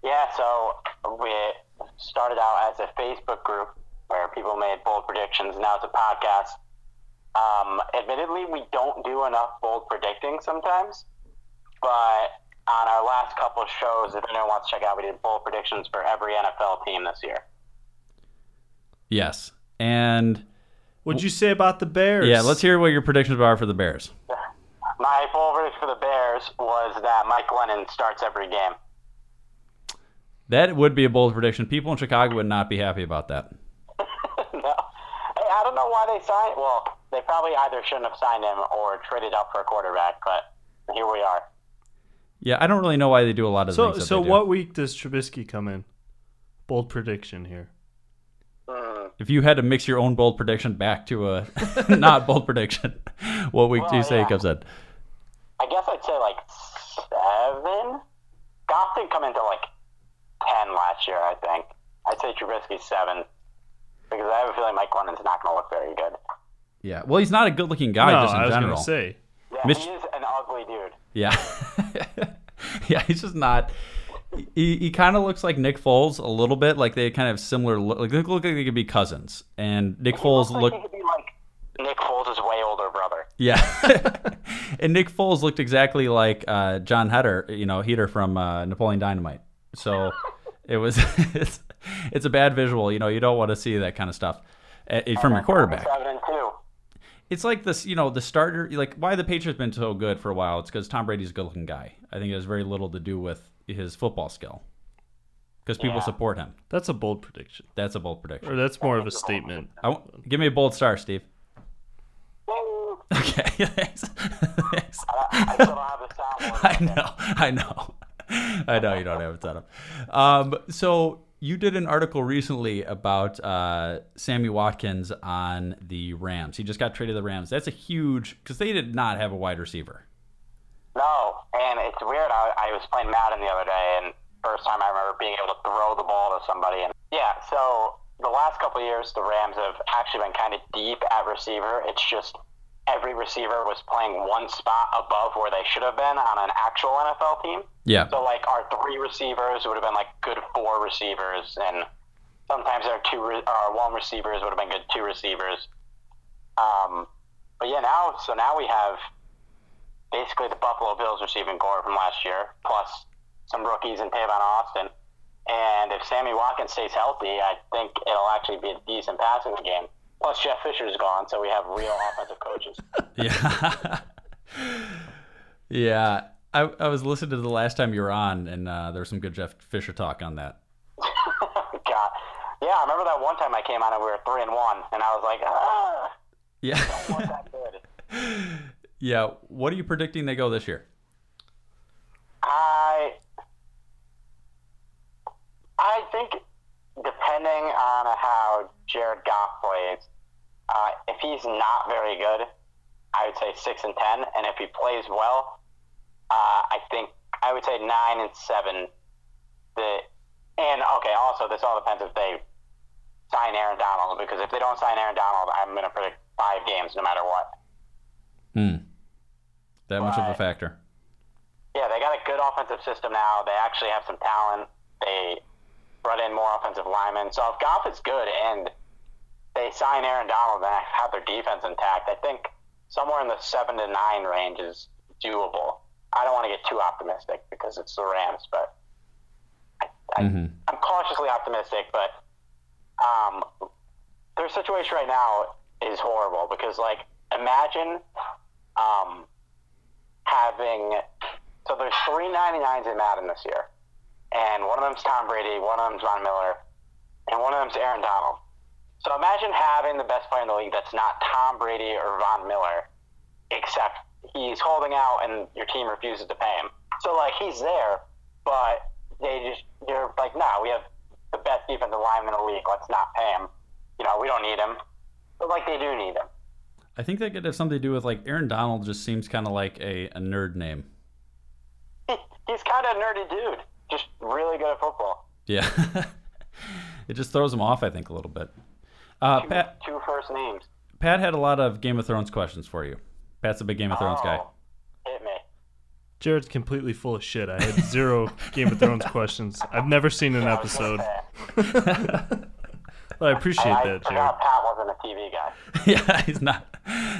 [SPEAKER 11] Yeah, so we started out as a Facebook group where people made bold predictions. Now it's a podcast. Um, admittedly, we don't do enough bold predicting sometimes, but on our last couple shows, if anyone wants to check out, we did bold predictions for every NFL team this year.
[SPEAKER 9] Yes. And
[SPEAKER 10] What'd you say about the Bears?
[SPEAKER 9] yeah, let's hear what your predictions are for the Bears.
[SPEAKER 11] My bold prediction for the Bears was that Mike Lennon starts every game.
[SPEAKER 9] That would be a bold prediction. People in Chicago would not be happy about that.
[SPEAKER 11] (laughs) no. Hey, I don't know why they signed. Well, they probably either shouldn't have signed him or traded up for a quarterback. But here we are.
[SPEAKER 9] Yeah, I don't really know why they do a lot of
[SPEAKER 10] So
[SPEAKER 9] things. That
[SPEAKER 10] so
[SPEAKER 9] they do.
[SPEAKER 10] what week does Trubisky come in? Bold prediction here.
[SPEAKER 9] If you had to mix your own bold prediction back to a (laughs) not bold prediction, (laughs) what week do you
[SPEAKER 11] Well,
[SPEAKER 9] say
[SPEAKER 11] yeah.
[SPEAKER 9] it comes in?
[SPEAKER 11] I guess I'd say like seven. Goff didn't come into like ten last year. I think I'd say Trubisky's seven because I have a feeling Mike Lennon's not going to look very good.
[SPEAKER 9] Yeah. Well, he's not a good looking guy
[SPEAKER 10] no,
[SPEAKER 9] just in
[SPEAKER 10] I was
[SPEAKER 9] general.
[SPEAKER 10] gonna say.
[SPEAKER 11] Yeah,
[SPEAKER 9] Mitch-
[SPEAKER 11] he is an ugly dude.
[SPEAKER 9] Yeah. (laughs) yeah, he's just not. He, he kind of looks like Nick Foles a little bit. Like they kind of have similar look. Like they look like they could be cousins. And Nick
[SPEAKER 11] He looks
[SPEAKER 9] Foles
[SPEAKER 11] like
[SPEAKER 9] looked.
[SPEAKER 11] he could be like Nick Foles' way older brother.
[SPEAKER 9] Yeah. (laughs) and Nick Foles looked exactly like uh, John Heder, you know, Heater from uh, Napoleon Dynamite. So it was (laughs) it's, it's a bad visual. You know, you don't want to see that kind of stuff uh, from your quarterback.
[SPEAKER 11] Seven and two.
[SPEAKER 9] It's like this, you know, the starter. Like why the Patriots been so good for a while? It's because Tom Brady's a good-looking guy. I think it has very little to do with his football skill because people support him.
[SPEAKER 10] That's a bold prediction.
[SPEAKER 9] That's a bold prediction.
[SPEAKER 10] Or that's more of a statement.
[SPEAKER 9] I w- give me a bold star, Steve. (laughs)
[SPEAKER 11] Woo!
[SPEAKER 9] Okay, (laughs) thanks. thanks.
[SPEAKER 11] I still don't have the soundboard.
[SPEAKER 9] (laughs) I know, I know, I know. You don't have a ton of. Um, so you did an article recently about uh, Sammy Watkins on the Rams. He just got traded to the Rams. That's a huge because they did not have a wide receiver.
[SPEAKER 11] No, and it's weird. I, I was playing Madden the other day, and first time I remember being able to throw the ball to somebody. And yeah, so the last couple of years, the Rams have actually been kind of deep at receiver. It's just every receiver was playing one spot above where they should have been on an actual NFL team.
[SPEAKER 9] Yeah,
[SPEAKER 11] So like our three receivers would have been like good four receivers, and sometimes our two re- our one receivers would have been good two receivers. Um, but yeah, now so now we have basically the Buffalo Bills receiving core from last year, plus some rookies and Tavon Austin. And if Sammy Watkins stays healthy, I think it'll actually be a decent passing game. Plus Jeff Fisher's gone, so we have real offensive coaches. (laughs)
[SPEAKER 9] yeah, (laughs) yeah. I, I was listening to the last time you were on, and uh, there was some good Jeff Fisher talk on that.
[SPEAKER 11] God. Yeah, I remember that one time I came on and we were three and one, and I was like, ah,
[SPEAKER 9] Yeah, (laughs)
[SPEAKER 11] what's that good?
[SPEAKER 9] yeah. What are you predicting they go this year?
[SPEAKER 11] I I think depending on how Jared Goff plays, uh, if he's not very good, I would say six and ten, and if he plays well, uh, I think I would say nine and seven. The and okay, also this all depends if they sign Aaron Donald because if they don't sign Aaron Donald, I'm going to predict five games no matter what.
[SPEAKER 9] Hmm. That much of a
[SPEAKER 11] Right.
[SPEAKER 9] factor.
[SPEAKER 11] Yeah, they got a good offensive system now. They actually have some talent. They brought in more offensive linemen. So if Goff is good and they sign Aaron Donald and have their defense intact, I think somewhere in the seven to nine range is doable. I don't want to get too optimistic because it's the Rams, but I, I,
[SPEAKER 9] Mhm.
[SPEAKER 11] I'm cautiously optimistic. But um, their situation right now is horrible because, like, imagine um, having so there's three 99s in Madden this year, and one of them's Tom Brady, one of them's Von Miller, and one of them's Aaron Donald. So imagine having the best player in the league that's not Tom Brady or Von Miller, except he's holding out and your team refuses to pay him. So like he's there, but they just they're like, nah, we have the best defensive lineman in the league. Let's not pay him. you know, we don't need him. But like they do need him.
[SPEAKER 9] I think that could have something to do with like Aaron Donald just seems kind of like a, a nerd name.
[SPEAKER 11] He's kind of a nerdy dude, just really good at football.
[SPEAKER 9] Yeah. (laughs) it just throws him off, I think, a little bit. Uh, Pat,
[SPEAKER 11] Two first names.
[SPEAKER 9] Pat had a lot of Game of Thrones questions for you. Pat's a big Game of Thrones guy.
[SPEAKER 11] Oh, Hit me.
[SPEAKER 10] Jared's completely full of shit. I had
[SPEAKER 9] (laughs)
[SPEAKER 10] zero Game of Thrones questions. I've never seen an episode. but I appreciate
[SPEAKER 11] I
[SPEAKER 10] that, Jared.
[SPEAKER 11] forgot Pat wasn't a TV guy.
[SPEAKER 9] (laughs) yeah, he's not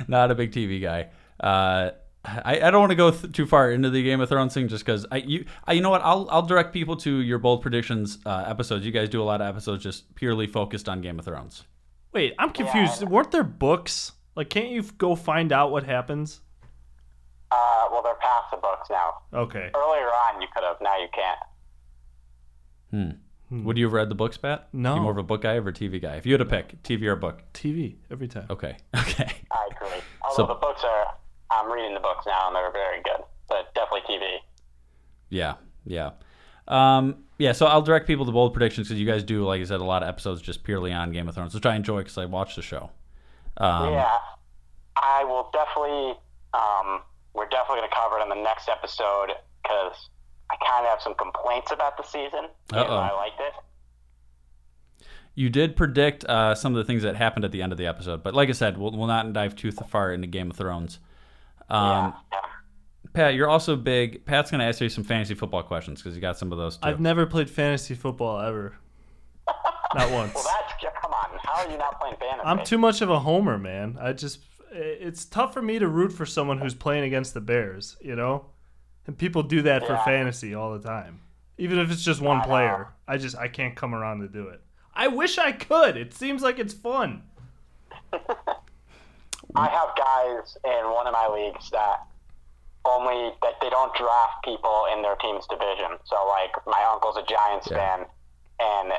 [SPEAKER 9] not a big TV guy. Uh, I, I don't want to go th- too far into the Game of Thrones thing just because I you I, you know what I'll I'll direct people to your bold predictions uh, episodes. You guys do a lot of episodes just purely focused on Game of Thrones.
[SPEAKER 10] Wait, I'm confused. Weren't there books? Like, can't you f- go find out what happens?
[SPEAKER 11] Uh, well, they're past the books now.
[SPEAKER 10] Okay.
[SPEAKER 11] Earlier on, you could have. Now you can't.
[SPEAKER 9] Hmm. Would you have read the books, Pat?
[SPEAKER 10] No.
[SPEAKER 9] You more of a book guy or a TV guy? If you had to pick, TV or book?
[SPEAKER 10] TV every time.
[SPEAKER 9] Okay. Okay.
[SPEAKER 11] I agree. Although
[SPEAKER 9] So-
[SPEAKER 11] the books are, I'm reading the books now and they're very good, but definitely TV.
[SPEAKER 9] Yeah, yeah, um, yeah. So I'll direct people to bold predictions because you guys do, like I said, a lot of episodes just purely on Game of Thrones, which I enjoy because I watch the show. Um,
[SPEAKER 11] yeah, I will definitely. Um, we're definitely going to cover it in the next episode because I kind of have some complaints about the season. even though
[SPEAKER 9] Uh-oh.
[SPEAKER 11] I liked it.
[SPEAKER 9] You did predict uh, some of the things that happened at the end of the episode, but like I said, we'll, we'll not dive too far into Game of Thrones. Um, Pat, you're also big. Pat's going to ask you some fantasy football questions because you got some of those too.
[SPEAKER 10] I've never played fantasy football ever.
[SPEAKER 9] (laughs)
[SPEAKER 10] Not once.
[SPEAKER 11] That's come on. How are you not playing fantasy?
[SPEAKER 10] I'm too much of a homer, man. I just it's tough for me to root for someone who's playing against the Bears, you know? And people do that for
[SPEAKER 11] Yeah.
[SPEAKER 10] fantasy all the time. Even if it's just one player. I just I can't come around to do it. I wish I could. It seems like it's fun.
[SPEAKER 11] I have guys in one of my leagues that only that they don't draft people in their team's division. So like my uncle's a Giants fan, and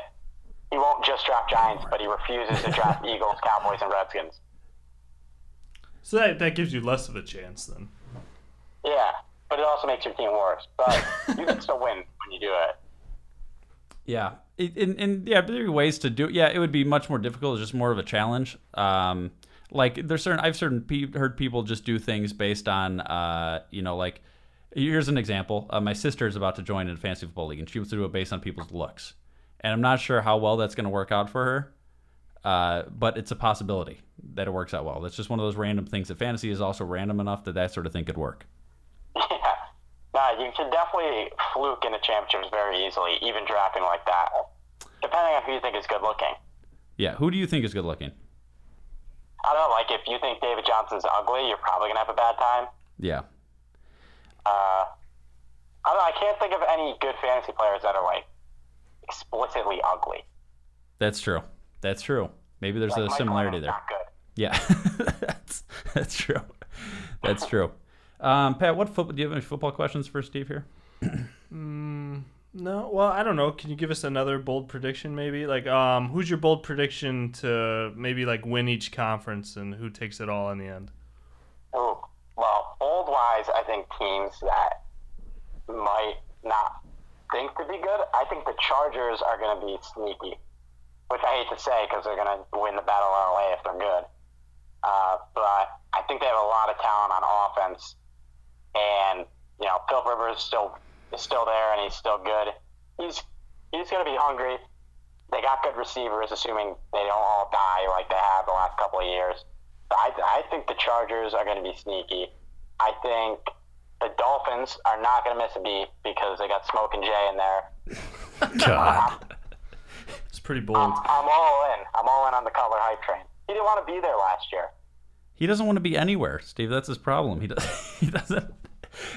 [SPEAKER 11] he won't just draft Giants, but he refuses to draft Eagles, Cowboys, and Redskins.
[SPEAKER 10] So that, that gives you less of a chance then.
[SPEAKER 11] Yeah, but it also makes your team worse. But you can still win when you do it. (laughs)
[SPEAKER 9] Yeah. It, and, and yeah, there are ways to do it. Yeah, it would be much more difficult. It's just more of a challenge. Um, like there's certain I've certain pe- heard people just do things based on uh, you know, like here's an example. Uh, my sister is about to join in a fantasy football league, and she wants to do it based on people's looks. And I'm not sure how well that's going to work out for her. Uh, but it's a possibility that it works out well. That's just one of those random things. That fantasy is also random enough that that sort of thing could work.
[SPEAKER 11] Yeah, no, you can definitely fluke into championships very easily, even drafting like that. Depending on who you think is good looking.
[SPEAKER 9] Yeah. Who do you think is good looking?
[SPEAKER 11] I don't know, like if you think David Johnson's ugly, you're probably gonna have a bad time.
[SPEAKER 9] Yeah.
[SPEAKER 11] Uh, I don't know, I can't think of any good fantasy players that are like explicitly ugly.
[SPEAKER 9] That's true. That's true. Maybe there's a
[SPEAKER 11] Like, Mike
[SPEAKER 9] similarity
[SPEAKER 11] Leonard's
[SPEAKER 9] there.
[SPEAKER 11] Not good.
[SPEAKER 9] Yeah, (laughs) that's that's true. That's true. Um, Pat, what football? Do you have any football questions for Steve here?
[SPEAKER 10] No, well, I don't know. Can you give us another bold prediction maybe? Like um who's your bold prediction to maybe like win each conference and who takes it all in the end?
[SPEAKER 11] Ooh, well, old wise, I think teams that might not think to be good. I think the Chargers are going to be sneaky, which I hate to say because they're going to win the Battle of LA if they're good. Uh, but I think they have a lot of talent on offense, and you know, Phil Rivers still is still there and he's still good. He's he's going to be hungry. They got good receivers, assuming they don't all die like they have the last couple of years. I, I think the Chargers are going to be sneaky. I think the Dolphins are not going to miss a beat because they got Smoke and Jay in there.
[SPEAKER 10] God. It's pretty bold.
[SPEAKER 11] I'm all in. I'm all in on the color hype train. He didn't want to be there last year.
[SPEAKER 9] He doesn't want to be anywhere, Steve. That's his problem. He (laughs) does. He doesn't.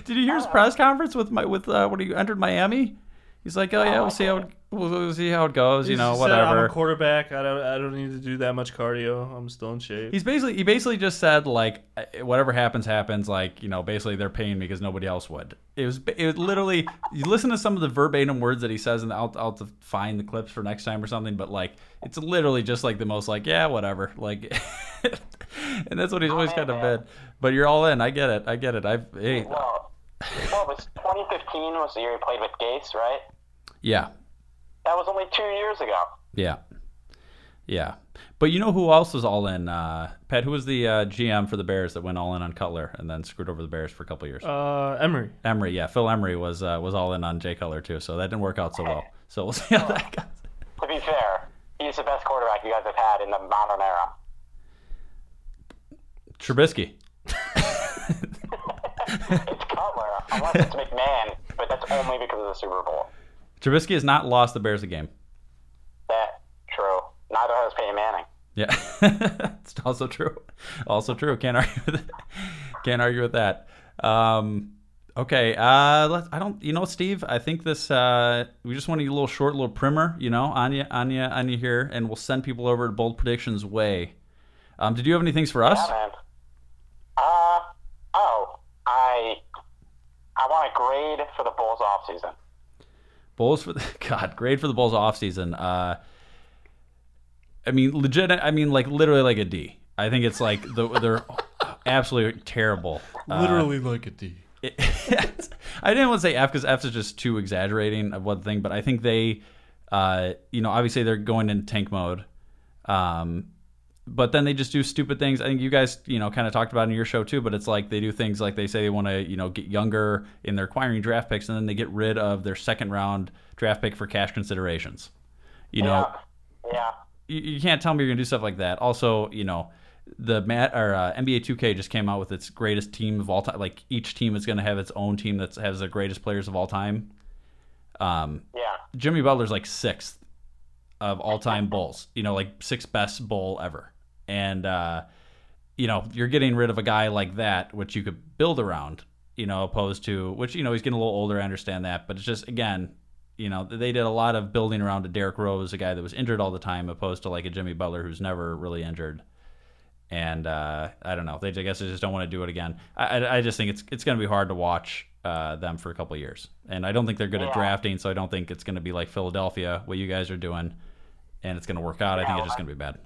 [SPEAKER 9] Did you hear his press conference with my with uh, when he entered Miami? He's like, oh yeah, we'll see how it, we'll, we'll see how it goes. you
[SPEAKER 10] He's
[SPEAKER 9] know,
[SPEAKER 10] just (laughs) said, I'm a
[SPEAKER 9] whatever.
[SPEAKER 10] quarterback. I don't. I don't need to do that much cardio. I'm still in shape.
[SPEAKER 9] He's basically he basically just said like "Eh, whatever happens happens like you know basically they're paying me because nobody else would. It was it was literally you listen to some of the verbatim words that he says and I'll I'll have to find the clips for next time or something. But like it's literally just like the most like yeah whatever like, (laughs) and that's what he's always kind of been. But you're all in. I get it. I get it. I hey
[SPEAKER 11] Well, well, it was 2015 was the year he played with Gates, right?
[SPEAKER 9] yeah
[SPEAKER 11] That was only two years ago.
[SPEAKER 9] yeah Yeah. But you know who else was all in? Uh, Pat, who was the uh, GM for the Bears that went all in on Cutler and then screwed over the Bears for a couple years?
[SPEAKER 10] Uh, Emery.
[SPEAKER 9] Emery, yeah. Phil Emery was uh, was all in on Jay Cutler too, so that didn't work out so well. So we'll (laughs) see how that goes.
[SPEAKER 11] To be fair, he's the best quarterback you guys have had in the modern era.
[SPEAKER 9] Trubisky.
[SPEAKER 11] It's Cutler, unless it's McMahon, but that's only because of the Super Bowl.
[SPEAKER 9] Trubisky has not lost the Bears a game.
[SPEAKER 11] That true. Neither has Peyton Manning.
[SPEAKER 9] Yeah, (laughs) it's also true. Also true. Can't argue with it. Can't argue with that. Um, okay. Uh, let's, I don't. You know, Steve. I think this. Uh, we just want to get a little short, little primer. You know, Anya, Anya, Anya here, and we'll send people over to Bold Predictions Way. Um, did you have any things for us?
[SPEAKER 11] Yeah, man. Uh, oh, I I want a grade for the Bulls off season.
[SPEAKER 9] Bulls for the (laughs) God grade for the Bulls off season. Uh, I mean, legit. I mean, like literally, like a D. I think it's like the, they're (laughs) absolutely terrible. Uh,
[SPEAKER 10] Literally like a D.
[SPEAKER 9] (laughs) I didn't want to say F because F is just too exaggerating of one thing, but I think they, uh, you know, obviously they're going in tank mode, um, but then they just do stupid things. I think you guys, you know, kind of talked about in your show too, but it's like they do things like they say they want to, you know, get younger in their acquiring draft picks, and then they get rid of their second round draft pick for cash considerations. You know,
[SPEAKER 11] Yeah.
[SPEAKER 9] you, you can't tell me you're gonna do stuff like that. Also, you know, the mat or uh, NBA 2K just came out with its greatest team of all time. Like each team is gonna have its own team that has the greatest players of all time. Um,
[SPEAKER 11] Yeah.
[SPEAKER 9] Jimmy Butler's like sixth of all time Bulls. You know, like sixth best Bull ever. And uh, you know, you're getting rid of a guy like that, which you could build around. You know, opposed to which you know he's getting a little older. I understand that, but it's just again, you know, they did a lot of building around a Derrick Rose, a guy that was injured all the time, opposed to like a Jimmy Butler who's never really injured. And uh, I don't know. They, I guess they just don't want to do it again. I, I, I just think it's it's going to be hard to watch uh, them for a couple of years. And I don't think they're good at
[SPEAKER 11] Yeah.
[SPEAKER 9] drafting, so I don't think it's going to be like Philadelphia, what you guys are doing, and it's going to work out. I think it's just going to be bad.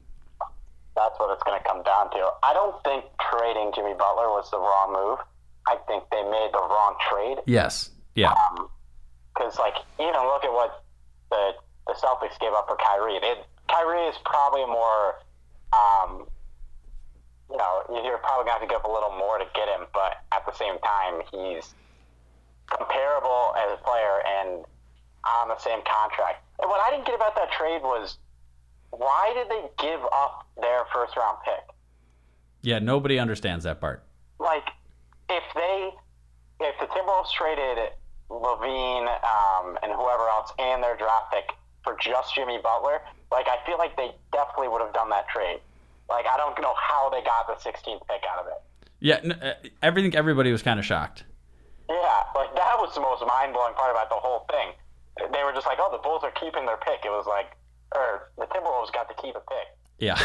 [SPEAKER 11] That's what it's going to come down to. I don't think trading Jimmy Butler was the wrong move. I think they made the wrong trade
[SPEAKER 9] Yes. Yeah.
[SPEAKER 11] because, like, even look at what the the Celtics gave up for Kyrie. They, Kyrie is probably more, um, you know, you're probably going to have to give up a little more to get him, but at the same time, he's comparable as a player and on the same contract. And what I didn't get about that trade was why did they give up their first round pick?
[SPEAKER 9] Yeah. Nobody understands that part.
[SPEAKER 11] like if they if the Timberwolves traded Levine um, and whoever else and their draft pick for just Jimmy Butler, like I feel like they definitely would have done that trade. Like I don't know how they got the 16th pick out of it.
[SPEAKER 9] Yeah. n- uh, Everything. Everybody was kind of shocked.
[SPEAKER 11] Yeah, like that was the most mind blowing part about the whole thing. They were just like, "Oh, the Bulls are keeping their pick." It was like, or the Timberwolves got to keep a pick.
[SPEAKER 9] Yeah.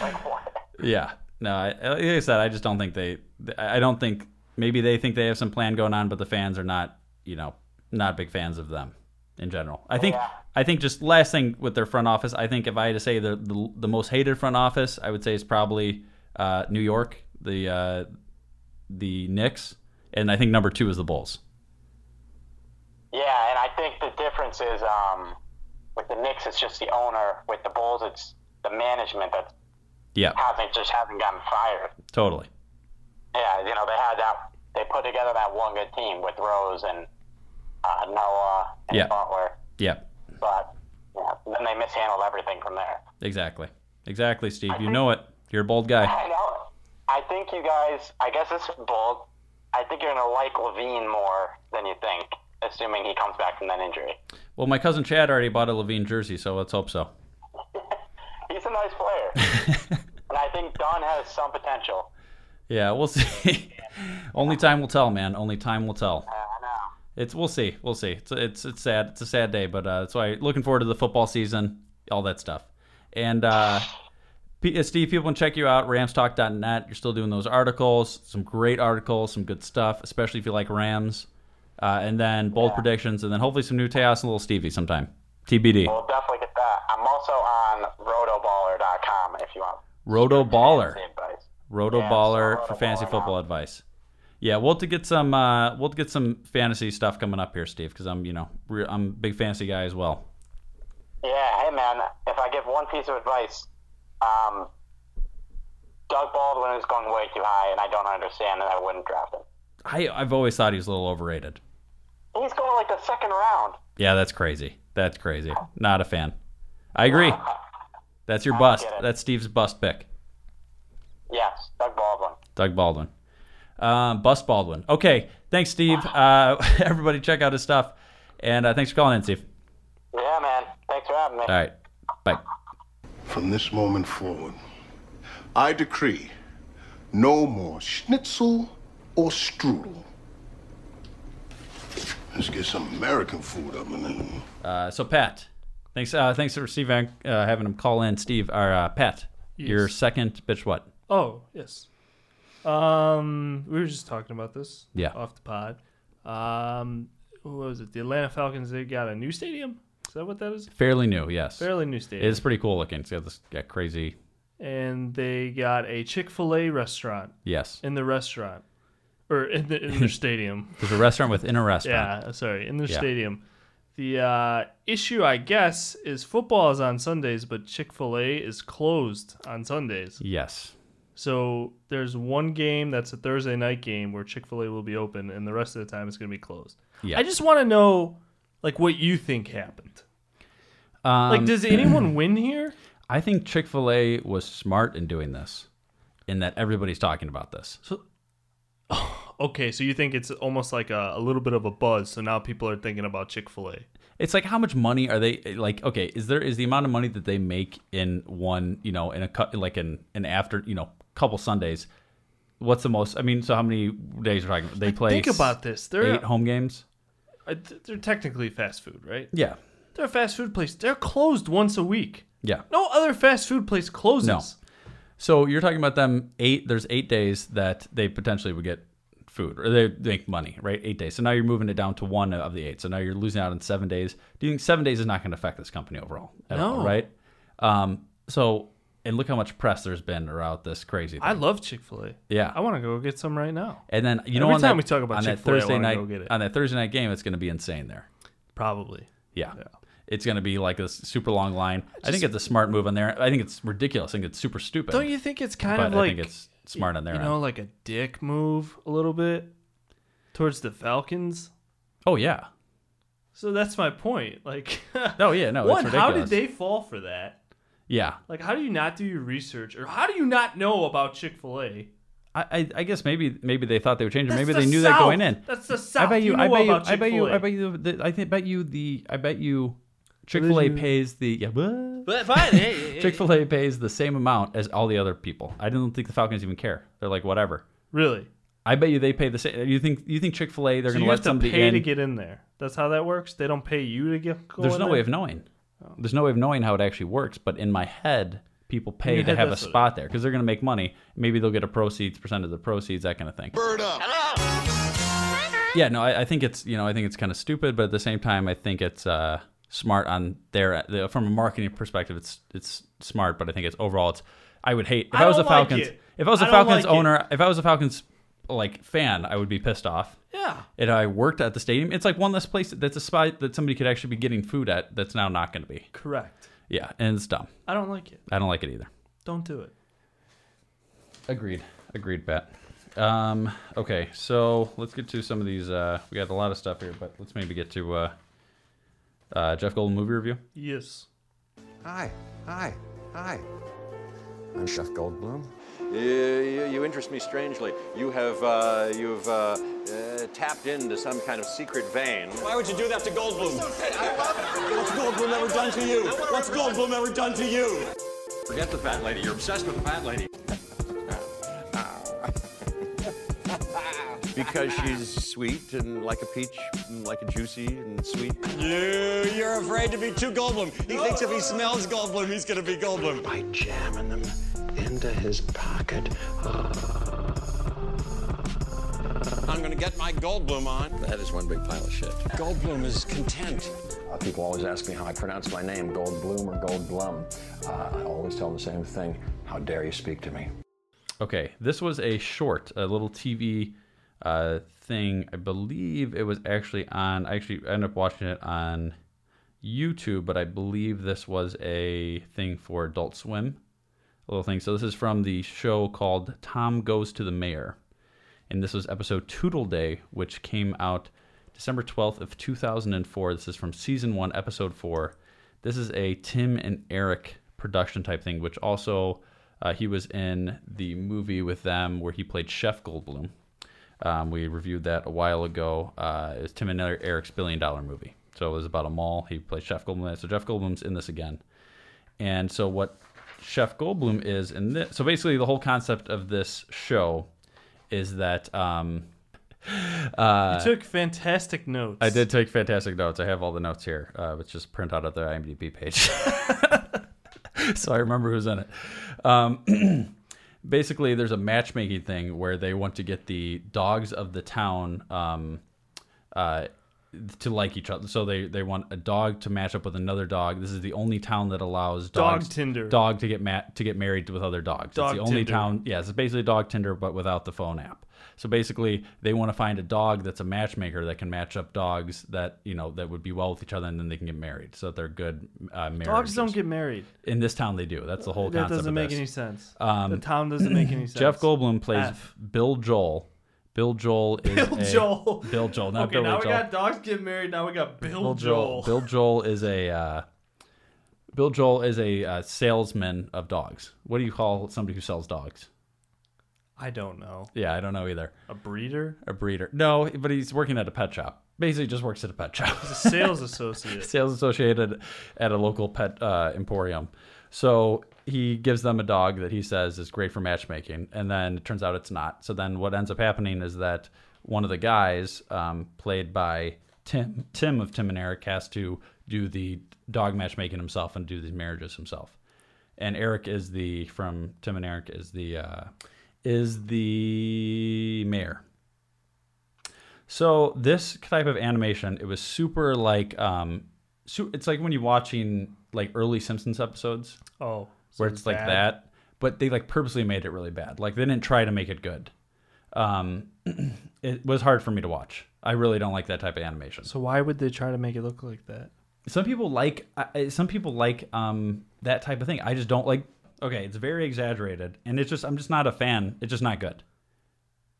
[SPEAKER 11] Like (laughs) what?
[SPEAKER 9] Yeah. No, I, like I said, I just don't think they. I don't think maybe they think they have some plan going on, but the fans are not. You know, not big fans of them in general. I think.
[SPEAKER 11] Yeah.
[SPEAKER 9] I think just last thing with their front office. I think if I had to say the the, the most hated front office, I would say is probably uh, New York, the uh, the Knicks, and I think number two is the Bulls.
[SPEAKER 11] Yeah, and I think the difference is um, with the Knicks, it's just the owner. With the Bulls, it's the management that
[SPEAKER 9] Yeah,
[SPEAKER 11] hasn't just hasn't gotten fired.
[SPEAKER 9] totally.
[SPEAKER 11] Yeah, you know they had that. They put together that one good team with Rose and uh, Noah and
[SPEAKER 9] Yeah.
[SPEAKER 11] Butler,
[SPEAKER 9] Yeah,
[SPEAKER 11] but yeah, then they mishandled everything from there.
[SPEAKER 9] exactly, exactly, Steve. You know it. You're a bold guy.
[SPEAKER 11] I know. it. I think you guys. I guess this is bold. I think you're gonna like Levine more than you think, assuming he comes back from that injury.
[SPEAKER 9] Well, my cousin Chad already bought a Levine jersey, so let's hope so.
[SPEAKER 11] He's a nice player, and I think Don has some potential.
[SPEAKER 9] Yeah, we'll see. (laughs) Only time will tell, man. Only time will tell.
[SPEAKER 11] Yeah, I know.
[SPEAKER 9] It's we'll see. We'll see. It's it's it's sad. It's a sad day, but uh, that's why looking forward to the football season, all that stuff. And uh, P- uh, Steve, people can check you out ramstalk.net. You're still doing those articles, some great articles, some good stuff, especially if you like Rams. Uh, and then bold predictions, and then hopefully some new Teos and little Stevie sometime. TBD.
[SPEAKER 11] We'll definitely get that. I'm also on rotoballer.com if you want
[SPEAKER 9] Roto Baller.
[SPEAKER 11] fancy advice.
[SPEAKER 9] Roto
[SPEAKER 11] Yeah,
[SPEAKER 9] Baller
[SPEAKER 11] so
[SPEAKER 9] for fantasy
[SPEAKER 11] Rotoballer
[SPEAKER 9] football advice. Yeah, we'll to get some uh, we'll get some fantasy stuff coming up here, Steve, because I'm you know re- I'm a big fantasy guy as well.
[SPEAKER 11] Yeah, hey man, if I give one piece of advice, um, Doug Baldwin is going way too high, and I don't understand, and I wouldn't draft him.
[SPEAKER 9] I I've always thought he was a little overrated.
[SPEAKER 11] He's going like the second round.
[SPEAKER 9] Yeah, that's crazy. That's crazy. Not a fan. I agree. That's your bust. That's Steve's bust pick.
[SPEAKER 11] Yes, Doug Baldwin.
[SPEAKER 9] Doug Baldwin. Um, bust Baldwin. Okay. Thanks, Steve. Uh, (laughs) everybody, check out his stuff. And uh, thanks for calling in, Steve.
[SPEAKER 11] Yeah, man. Thanks for having me.
[SPEAKER 9] All right. Bye.
[SPEAKER 12] From this moment forward, I decree no more schnitzel or strudel. Let's get some American food up in there.
[SPEAKER 9] Uh, so Pat, thanks. Uh, thanks for Steve uh, having him call in. Steve or uh, Pat,
[SPEAKER 10] Yes.
[SPEAKER 9] your second bitch. What?
[SPEAKER 10] Oh, yes. Um, we were just talking about this.
[SPEAKER 9] Yeah.
[SPEAKER 10] Off the pod. Um, what was it? The Atlanta Falcons. They got a new stadium. Is that what that is?
[SPEAKER 9] Fairly new, yes.
[SPEAKER 10] Fairly new stadium.
[SPEAKER 9] It's pretty cool looking. It's got this got crazy.
[SPEAKER 10] And they got a Chick Fil A restaurant.
[SPEAKER 9] Yes.
[SPEAKER 10] In the restaurant, or in
[SPEAKER 9] (laughs)
[SPEAKER 10] the in their stadium.
[SPEAKER 9] There's a restaurant within a restaurant.
[SPEAKER 10] Yeah, sorry, in their
[SPEAKER 9] Yeah.
[SPEAKER 10] stadium. The uh, issue, I guess, is football is on Sundays, but Chick Fil A is closed on Sundays.
[SPEAKER 9] Yes.
[SPEAKER 10] So there's one game that's a Thursday night game where Chick Fil A will be open, and the rest of the time it's going to be closed.
[SPEAKER 9] Yeah.
[SPEAKER 10] I just want to know, like, what you think happened.
[SPEAKER 9] Um,
[SPEAKER 10] like, does anyone win here?
[SPEAKER 9] I think Chick Fil A was smart in doing this, in that everybody's talking about this.
[SPEAKER 10] Okay, so you think it's almost like a, a little bit of a buzz. So now people are thinking about Chick Fil A.
[SPEAKER 9] It's like how much money are they like? Okay, is there is the amount of money that they make in one, you know, in a cou- like in an after, you know, couple Sundays? What's the most? I mean, so how many days are talking? They play.
[SPEAKER 10] think
[SPEAKER 9] s-
[SPEAKER 10] about this. They're-
[SPEAKER 9] eight home games.
[SPEAKER 10] I Uh, th- They're technically fast food, right?
[SPEAKER 9] Yeah,
[SPEAKER 10] They're a fast food place. They're closed once a week.
[SPEAKER 9] yeah.
[SPEAKER 10] No other fast food place closes.
[SPEAKER 9] No. So you're talking about them eight. There's eight days that they potentially would get food or they make money, right? Eight days. So now you're moving it down to one of the eight. So now you're losing out on seven days. Do you think seven days is not going to affect this company overall? At
[SPEAKER 10] No.
[SPEAKER 9] all, right? Um, so and look how much press there's been around this crazy. Thing.
[SPEAKER 10] I love Chick Fil A.
[SPEAKER 9] Yeah.
[SPEAKER 10] I want to go get some right now.
[SPEAKER 9] and then you know
[SPEAKER 10] Every
[SPEAKER 9] on
[SPEAKER 10] time
[SPEAKER 9] that,
[SPEAKER 10] we talk about
[SPEAKER 9] on that
[SPEAKER 10] Chick-fil-A, I
[SPEAKER 9] Thursday
[SPEAKER 10] wanna
[SPEAKER 9] night
[SPEAKER 10] go get it.
[SPEAKER 9] on that Thursday night game, it's going to be insane there.
[SPEAKER 10] Probably.
[SPEAKER 9] Yeah. It's going to be like a s- super long line. I think it's a smart move on there. I think it's ridiculous. I think it's super stupid.
[SPEAKER 10] Don't you think it's kind
[SPEAKER 9] but
[SPEAKER 10] of
[SPEAKER 9] I
[SPEAKER 10] like
[SPEAKER 9] think it's smart on their
[SPEAKER 10] You
[SPEAKER 9] end.
[SPEAKER 10] know, like a dick move a little bit towards the Falcons.
[SPEAKER 9] Oh yeah.
[SPEAKER 10] So that's my point. Like, (laughs)
[SPEAKER 9] No, yeah, no, it's
[SPEAKER 10] One, how did
[SPEAKER 9] ridiculous.
[SPEAKER 10] they fall for that?
[SPEAKER 9] Yeah.
[SPEAKER 10] Like, how do you not do your research, or how do you not know about Chick Fil A?
[SPEAKER 9] I, I, I guess maybe maybe they thought they would change it.
[SPEAKER 10] That's
[SPEAKER 9] Maybe
[SPEAKER 10] the
[SPEAKER 9] they knew that going
[SPEAKER 10] South.
[SPEAKER 9] in.
[SPEAKER 10] That's the
[SPEAKER 9] I
[SPEAKER 10] South.
[SPEAKER 9] bet you.
[SPEAKER 10] You
[SPEAKER 9] I
[SPEAKER 10] know
[SPEAKER 9] bet you.
[SPEAKER 10] about
[SPEAKER 9] I bet you.
[SPEAKER 10] Chick-fil-A.
[SPEAKER 9] I bet you. The, I think. Bet you the. I bet you. Chick Fil A pays the. Yeah.
[SPEAKER 5] But fine, (laughs) hey, hey, hey.
[SPEAKER 9] Chick Fil A pays the same amount as all the other people. I don't think the Falcons even care. They're like whatever.
[SPEAKER 10] Really?
[SPEAKER 9] I bet you they pay the same. You think you think Chick Fil A they're
[SPEAKER 10] So
[SPEAKER 9] going
[SPEAKER 10] you
[SPEAKER 9] let
[SPEAKER 10] have to
[SPEAKER 9] somebody
[SPEAKER 10] pay
[SPEAKER 9] in?
[SPEAKER 10] to get in there. That's how that works. They don't pay you to get. Go
[SPEAKER 9] There's
[SPEAKER 10] in
[SPEAKER 9] no
[SPEAKER 10] there?
[SPEAKER 9] way of knowing. There's no way of knowing how it actually works. But in my head, people
[SPEAKER 10] your
[SPEAKER 9] pay to
[SPEAKER 10] head,
[SPEAKER 9] have a
[SPEAKER 10] that's what it
[SPEAKER 9] spot there because they're going to make money. Maybe they'll get a proceeds percent of the proceeds, that kind of thing.
[SPEAKER 12] Bird up.
[SPEAKER 9] Yeah, no, I, I think it's you know I think it's kind of stupid, but at the same time, I think it's uh, smart on their the, from a marketing perspective. It's it's smart, but I think it's overall it's I would hate if
[SPEAKER 10] I
[SPEAKER 9] I, was a
[SPEAKER 10] don't like
[SPEAKER 9] Falcons
[SPEAKER 10] it.
[SPEAKER 9] if I was a
[SPEAKER 10] I don't
[SPEAKER 9] Falcons
[SPEAKER 10] like it.
[SPEAKER 9] owner if I was a Falcons like fan, I would be pissed off.
[SPEAKER 10] Yeah.
[SPEAKER 9] And I worked at the stadium. It's like one less place that's a spot that somebody could actually be getting food at. That's now not going to be.
[SPEAKER 10] Correct.
[SPEAKER 9] Yeah, and it's dumb.
[SPEAKER 10] I don't like it.
[SPEAKER 9] I don't like it either.
[SPEAKER 10] Don't do it.
[SPEAKER 9] Agreed. Agreed, Pat. Um, okay, so let's get to some of these. Uh, we got a lot of stuff here, but let's maybe get to uh, uh, Jeff Golden movie review.
[SPEAKER 10] Yes.
[SPEAKER 13] Hi, hi, hi. I'm Jeff Goldblum. You, you interest me strangely. You have uh, you've uh, uh, tapped into some kind of secret vein.
[SPEAKER 14] Why would you do that to Goldblum? What's Goldblum ever done to you? What's Goldblum ever done to you?
[SPEAKER 13] Forget the fat lady. You're obsessed with the fat lady. because she's sweet and like a peach, and like a juicy and sweet.
[SPEAKER 14] You, you're afraid to be too Goldblum. He thinks if he smells Goldblum, he's gonna be Goldblum. By jamming them into his pocket. I'm gonna get my Goldblum on.
[SPEAKER 13] That is one big pile of shit.
[SPEAKER 14] Goldblum is content.
[SPEAKER 13] Uh, people always ask me how I pronounce my name, Goldblum or Goldblum. Uh, I always tell them the same thing. How dare you speak to me?
[SPEAKER 9] Okay, this was a short, a little TV uh, thing. I believe it was actually on. I actually ended up watching it on YouTube, but I believe this was a thing for Adult Swim, a little thing. So this is from the show called Tom Goes to the Mayor, and this was episode Tootle Day, which came out December twelfth of two thousand and four. This is from season one, episode four. This is a Tim and Eric production type thing, which also uh, he was in the movie with them where he played Chef Goldblum. Um, we reviewed that a while ago. Uh, it was Tim and Eric's billion dollar movie. So it was about a mall. He played Chef Goldblum. So Jeff Goldblum's in this again. And so what Chef Goldblum is in this. So basically, the whole concept of this show is that. Um, uh,
[SPEAKER 10] you took fantastic notes.
[SPEAKER 9] I did take fantastic notes. I have all the notes here. Uh, it's just print out of the IMDb page. (laughs) so I remember who's in it. Um, (clears throat) basically, there's a matchmaking thing where they want to get the dogs of the town um, uh, to like each other. So they, they want a dog to match up with another dog. This is the only town that allows
[SPEAKER 10] Dog
[SPEAKER 9] dogs,
[SPEAKER 10] Tinder.
[SPEAKER 9] dog to get ma- to get married with other dogs.
[SPEAKER 10] Dog
[SPEAKER 9] it's the only
[SPEAKER 10] Tinder.
[SPEAKER 9] town. Yeah, it's basically dog Tinder but without the phone app. So basically, they want to find a dog that's a matchmaker that can match up dogs that you know that would be well with each other, and then they can get married. So that they're good uh, married.
[SPEAKER 10] Dogs don't get married.
[SPEAKER 9] In this town, they do. That's the whole
[SPEAKER 10] That
[SPEAKER 9] concept.
[SPEAKER 10] doesn't
[SPEAKER 9] of
[SPEAKER 10] make
[SPEAKER 9] this. Um,
[SPEAKER 10] any sense. The town doesn't make
[SPEAKER 9] (laughs)
[SPEAKER 10] any
[SPEAKER 9] Jeff
[SPEAKER 10] sense.
[SPEAKER 9] Goldblum plays
[SPEAKER 10] F.
[SPEAKER 9] Bill Joel. Bill Joel is
[SPEAKER 10] (laughs) Bill
[SPEAKER 9] a-
[SPEAKER 10] Joel.
[SPEAKER 9] Bill Joel, not
[SPEAKER 10] okay,
[SPEAKER 9] Billy
[SPEAKER 10] now we
[SPEAKER 9] Joel.
[SPEAKER 10] got dogs get married. Now we got Bill, Joel.
[SPEAKER 9] Bill Joel is a uh, Bill Joel is a uh, salesman of dogs. What do you call somebody who sells dogs?
[SPEAKER 10] I don't know.
[SPEAKER 9] Yeah, I don't know either.
[SPEAKER 10] A breeder?
[SPEAKER 9] A breeder? No, but he's working at a pet shop. Basically, just works at a pet shop. (laughs)
[SPEAKER 10] He's a sales associate.
[SPEAKER 9] sales associate at, at a local pet uh, emporium. So he gives them a dog that he says is great for matchmaking, and then it turns out it's not. So then what ends up happening is that one of the guys, um, played by Tim Tim of Tim and Eric, has to do the dog matchmaking himself and do these marriages himself. And Eric is the from Tim and Eric is the uh, is the mayor. So this type of animation, it was super like um, su- it's like when you're watching like early Simpsons episodes.
[SPEAKER 10] Oh, so
[SPEAKER 9] where
[SPEAKER 10] it's
[SPEAKER 9] it's like
[SPEAKER 10] bad.
[SPEAKER 9] that, but they like purposely made it really bad. Like they didn't try to make it good. Um, (clears throat) it was hard for me to watch. I really don't like that type of animation.
[SPEAKER 10] So why would they try to make it look like that?
[SPEAKER 9] Some people like I- I, some people like um, that type of thing. I just don't like. Okay, it's very exaggerated, and it's just I'm just not a fan. It's just not good.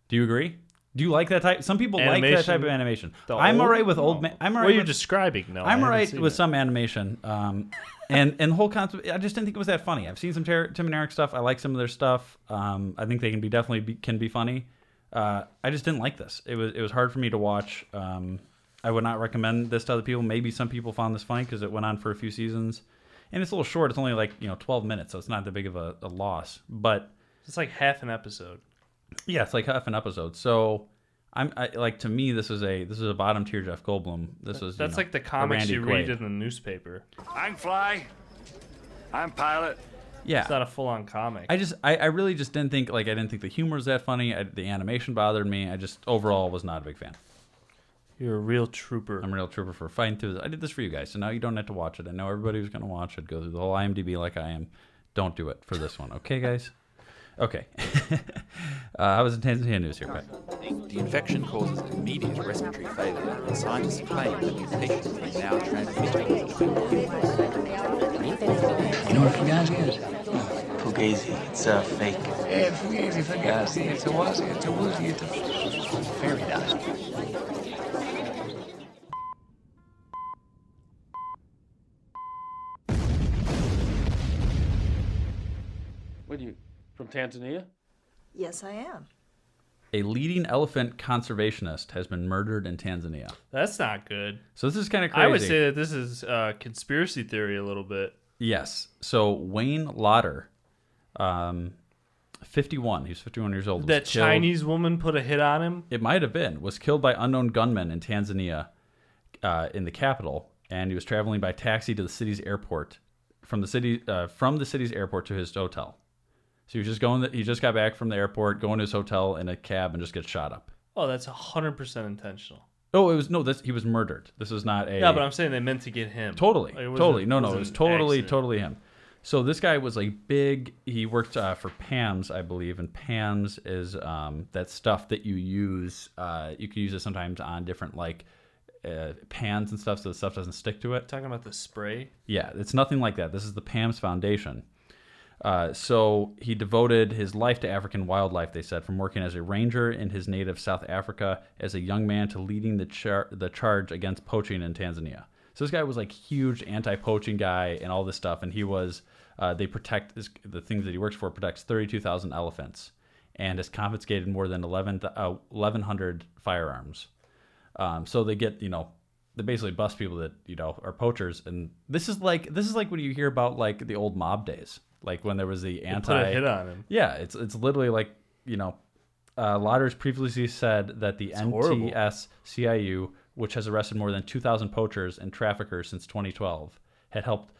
[SPEAKER 9] Do you agree? Do you like that type? Some people like that
[SPEAKER 10] Animation-
[SPEAKER 9] type of animation.
[SPEAKER 10] the
[SPEAKER 9] I'm
[SPEAKER 10] old-
[SPEAKER 9] alright with old.
[SPEAKER 10] no.
[SPEAKER 9] Man, I'm
[SPEAKER 10] What
[SPEAKER 9] alright.
[SPEAKER 10] you're
[SPEAKER 9] with-
[SPEAKER 10] describing, no, I
[SPEAKER 9] I'm
[SPEAKER 10] haven't
[SPEAKER 9] alright
[SPEAKER 10] seen
[SPEAKER 9] with
[SPEAKER 10] it.
[SPEAKER 9] some animation. Um, and and the whole concept. I just didn't think it was that funny. I've seen some Ter- Tim and Eric stuff. I like some of their stuff. Um, I think they can be definitely be, can be funny. Uh, I just didn't like this. It was it was hard for me to watch. Um, I would not recommend this to other people. Maybe some people found this funny because it went on for a few seasons, and it's a little short. It's only like you know 12 minutes, so it's not that big of a, a loss. But
[SPEAKER 10] It's like half an episode.
[SPEAKER 9] yeah, it's like half an episode. So I'm I, like to me, this is a this is a bottom tier Jeff Goldblum. This is
[SPEAKER 10] That's
[SPEAKER 9] you know,
[SPEAKER 10] like the
[SPEAKER 9] a
[SPEAKER 10] comics
[SPEAKER 9] Randy
[SPEAKER 10] you read
[SPEAKER 9] Quaid.
[SPEAKER 10] in the newspaper.
[SPEAKER 15] I'm Fly. I'm Pilot.
[SPEAKER 9] Yeah,
[SPEAKER 10] It's not a full on comic.
[SPEAKER 9] I just I, I really just didn't think like I didn't think the humor was that funny. I, the animation bothered me. I just overall was not a big fan.
[SPEAKER 10] You're a real trooper.
[SPEAKER 9] I'm a real trooper for fighting through this. I did this for you guys, so now you don't have to watch it. I know everybody was going to watch it, go through the whole IMDb like I am. Don't do it for this one, okay, guys? Okay. (laughs) uh, I was in Tanzania News here, Pat.
[SPEAKER 16] The infection causes immediate respiratory failure, and scientists claim that mutations may now transmit
[SPEAKER 17] You know what Fugazi is? Fugazi. It's a fake. Yeah, Fugazi, Fugazi. It's a wazzy, it's a woozy, it's a fairy dust.
[SPEAKER 5] What are you from Tanzania?
[SPEAKER 18] Yes, I am.
[SPEAKER 9] A leading elephant conservationist has been murdered in Tanzania.
[SPEAKER 10] That's not good.
[SPEAKER 9] So this is kind of
[SPEAKER 10] I would
[SPEAKER 9] crazy.
[SPEAKER 10] say that this is uh, conspiracy theory a little bit.
[SPEAKER 9] Yes. So Wayne Lauder, um, 51, he was 51 years old. was
[SPEAKER 10] That
[SPEAKER 9] killed-
[SPEAKER 10] Chinese woman put a hit on him.
[SPEAKER 9] It might have been. Was killed by unknown gunmen in Tanzania, uh, in the capital, and he was traveling by taxi to the city's airport. From the city, uh, from the city's airport to his hotel. So he was just going. He just got back from the airport, going to his hotel in a cab, and just gets shot up.
[SPEAKER 10] Oh, that's hundred percent intentional.
[SPEAKER 9] Oh, it was no. This he was murdered. This was not a.
[SPEAKER 10] Yeah, but I'm saying they meant to get him.
[SPEAKER 9] Totally,
[SPEAKER 10] Like, it was
[SPEAKER 9] totally.
[SPEAKER 10] a-
[SPEAKER 9] no, no,
[SPEAKER 10] an
[SPEAKER 9] it was totally,
[SPEAKER 10] accident.
[SPEAKER 9] totally him. So this guy was like big. He worked uh, for Pam's, I believe, and Pam's is um, that stuff that you use. Uh, you can use it sometimes on different like uh, pans and stuff so the stuff doesn't stick to it.
[SPEAKER 10] Talking about the spray.
[SPEAKER 9] Yeah, it's nothing like that. This is the PAMS Foundation. Uh, so he devoted his life to African wildlife, they said, from working as a ranger in his native South Africa as a young man to leading the, char- the charge against poaching in Tanzania. So this guy was like huge anti-poaching guy and all this stuff, and he was uh, they protect his, the things that he works for protects 32,000 elephants and has confiscated more than 11, uh, 1,100 firearms. Um, so they get you know they basically bust people that you know are poachers, and this is like this is like when you hear about like the old mob days, like when there was the
[SPEAKER 10] put
[SPEAKER 9] anti
[SPEAKER 10] a hit on him.
[SPEAKER 9] Yeah, it's it's literally like you know, uh, Lauders previously said that the
[SPEAKER 10] horrible.
[SPEAKER 9] NTSCIU, which has arrested more than 2,000 poachers and traffickers since 2012, had helped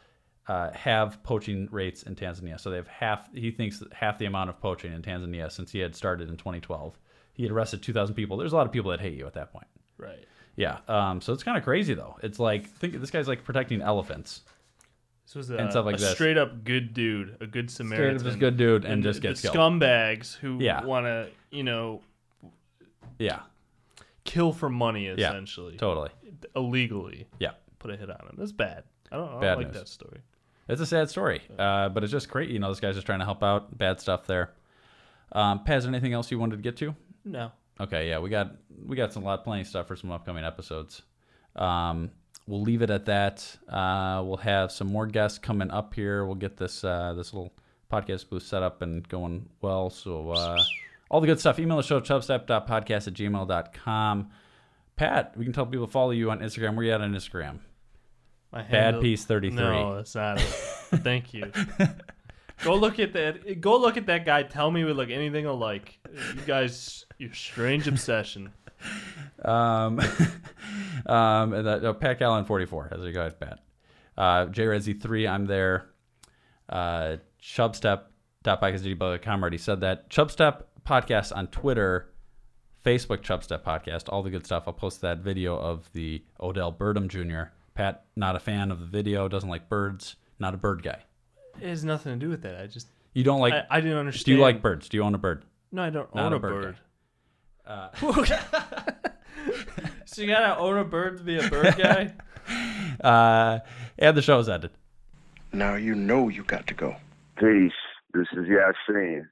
[SPEAKER 9] uh, have poaching rates in Tanzania. So they have half. He thinks that half the amount of poaching in Tanzania since he had started in 2012. He had arrested 2,000 people. There's a lot of people that hate you at that point.
[SPEAKER 10] Right.
[SPEAKER 9] Yeah. Um, so it's kind of crazy though. It's like think this guy's like protecting elephants.
[SPEAKER 10] This was a,
[SPEAKER 9] And stuff like
[SPEAKER 10] a
[SPEAKER 9] this.
[SPEAKER 10] straight up good dude, a good Samaritan,
[SPEAKER 9] just good dude and just
[SPEAKER 10] the
[SPEAKER 9] gets killed.
[SPEAKER 10] scumbags who
[SPEAKER 9] Yeah.
[SPEAKER 10] want to you know
[SPEAKER 9] Yeah.
[SPEAKER 10] kill for money
[SPEAKER 9] Yeah,
[SPEAKER 10] essentially,
[SPEAKER 9] totally.
[SPEAKER 10] illegally.
[SPEAKER 9] Yeah.
[SPEAKER 10] put a hit on him. That's bad. I don't, I don't
[SPEAKER 9] Bad
[SPEAKER 10] like
[SPEAKER 9] news.
[SPEAKER 10] that story.
[SPEAKER 9] It's a sad story, uh, but it's just great. You know, this guy's just trying to help out. Bad stuff there. Um, Paz, anything else you wanted to get to?
[SPEAKER 10] No.
[SPEAKER 9] Okay, yeah, we got we got some lot plenty of stuff for some upcoming episodes. Um, we'll leave it at that. Uh, we'll have some more guests coming up here. We'll get this uh, this little podcast booth set up and going well. So uh, all the good stuff. Email the show chubstep.podcast at gmail.com. Pat, we can tell people to follow you on Instagram. Where you at on Instagram?
[SPEAKER 10] My
[SPEAKER 9] Bad
[SPEAKER 10] handle-
[SPEAKER 9] piece thirty three.
[SPEAKER 10] No, that's not
[SPEAKER 9] (laughs)
[SPEAKER 10] it. Thank you. go look at that. Go look at that guy. Tell me we look anything alike. You guys, your strange obsession.
[SPEAKER 9] Um, (laughs) um, and that, uh, Pat Allen 44. As you guys, Pat. Uh, Rezzy 3, I'm there. Uh, Chubstep.podcastdb.com already said that. Chubstep podcast on Twitter, Facebook Chubstep podcast, all the good stuff. I'll post that video of the Odell Birdham Jr. Pat, not a fan of the video, doesn't like birds, not a bird guy.
[SPEAKER 10] It has nothing to do with that. I just
[SPEAKER 9] You don't like.
[SPEAKER 10] I, I didn't understand.
[SPEAKER 9] Do you like birds? Do you own a bird?
[SPEAKER 10] No, I don't
[SPEAKER 9] Not
[SPEAKER 10] own a
[SPEAKER 9] guy.
[SPEAKER 10] bird.
[SPEAKER 9] so Uh,
[SPEAKER 10] (laughs) you gotta own a bird to be
[SPEAKER 9] (laughs)
[SPEAKER 10] a bird guy.
[SPEAKER 9] uh, and the show's ended.
[SPEAKER 18] Now you know you got to go. Peace. This is Yasin.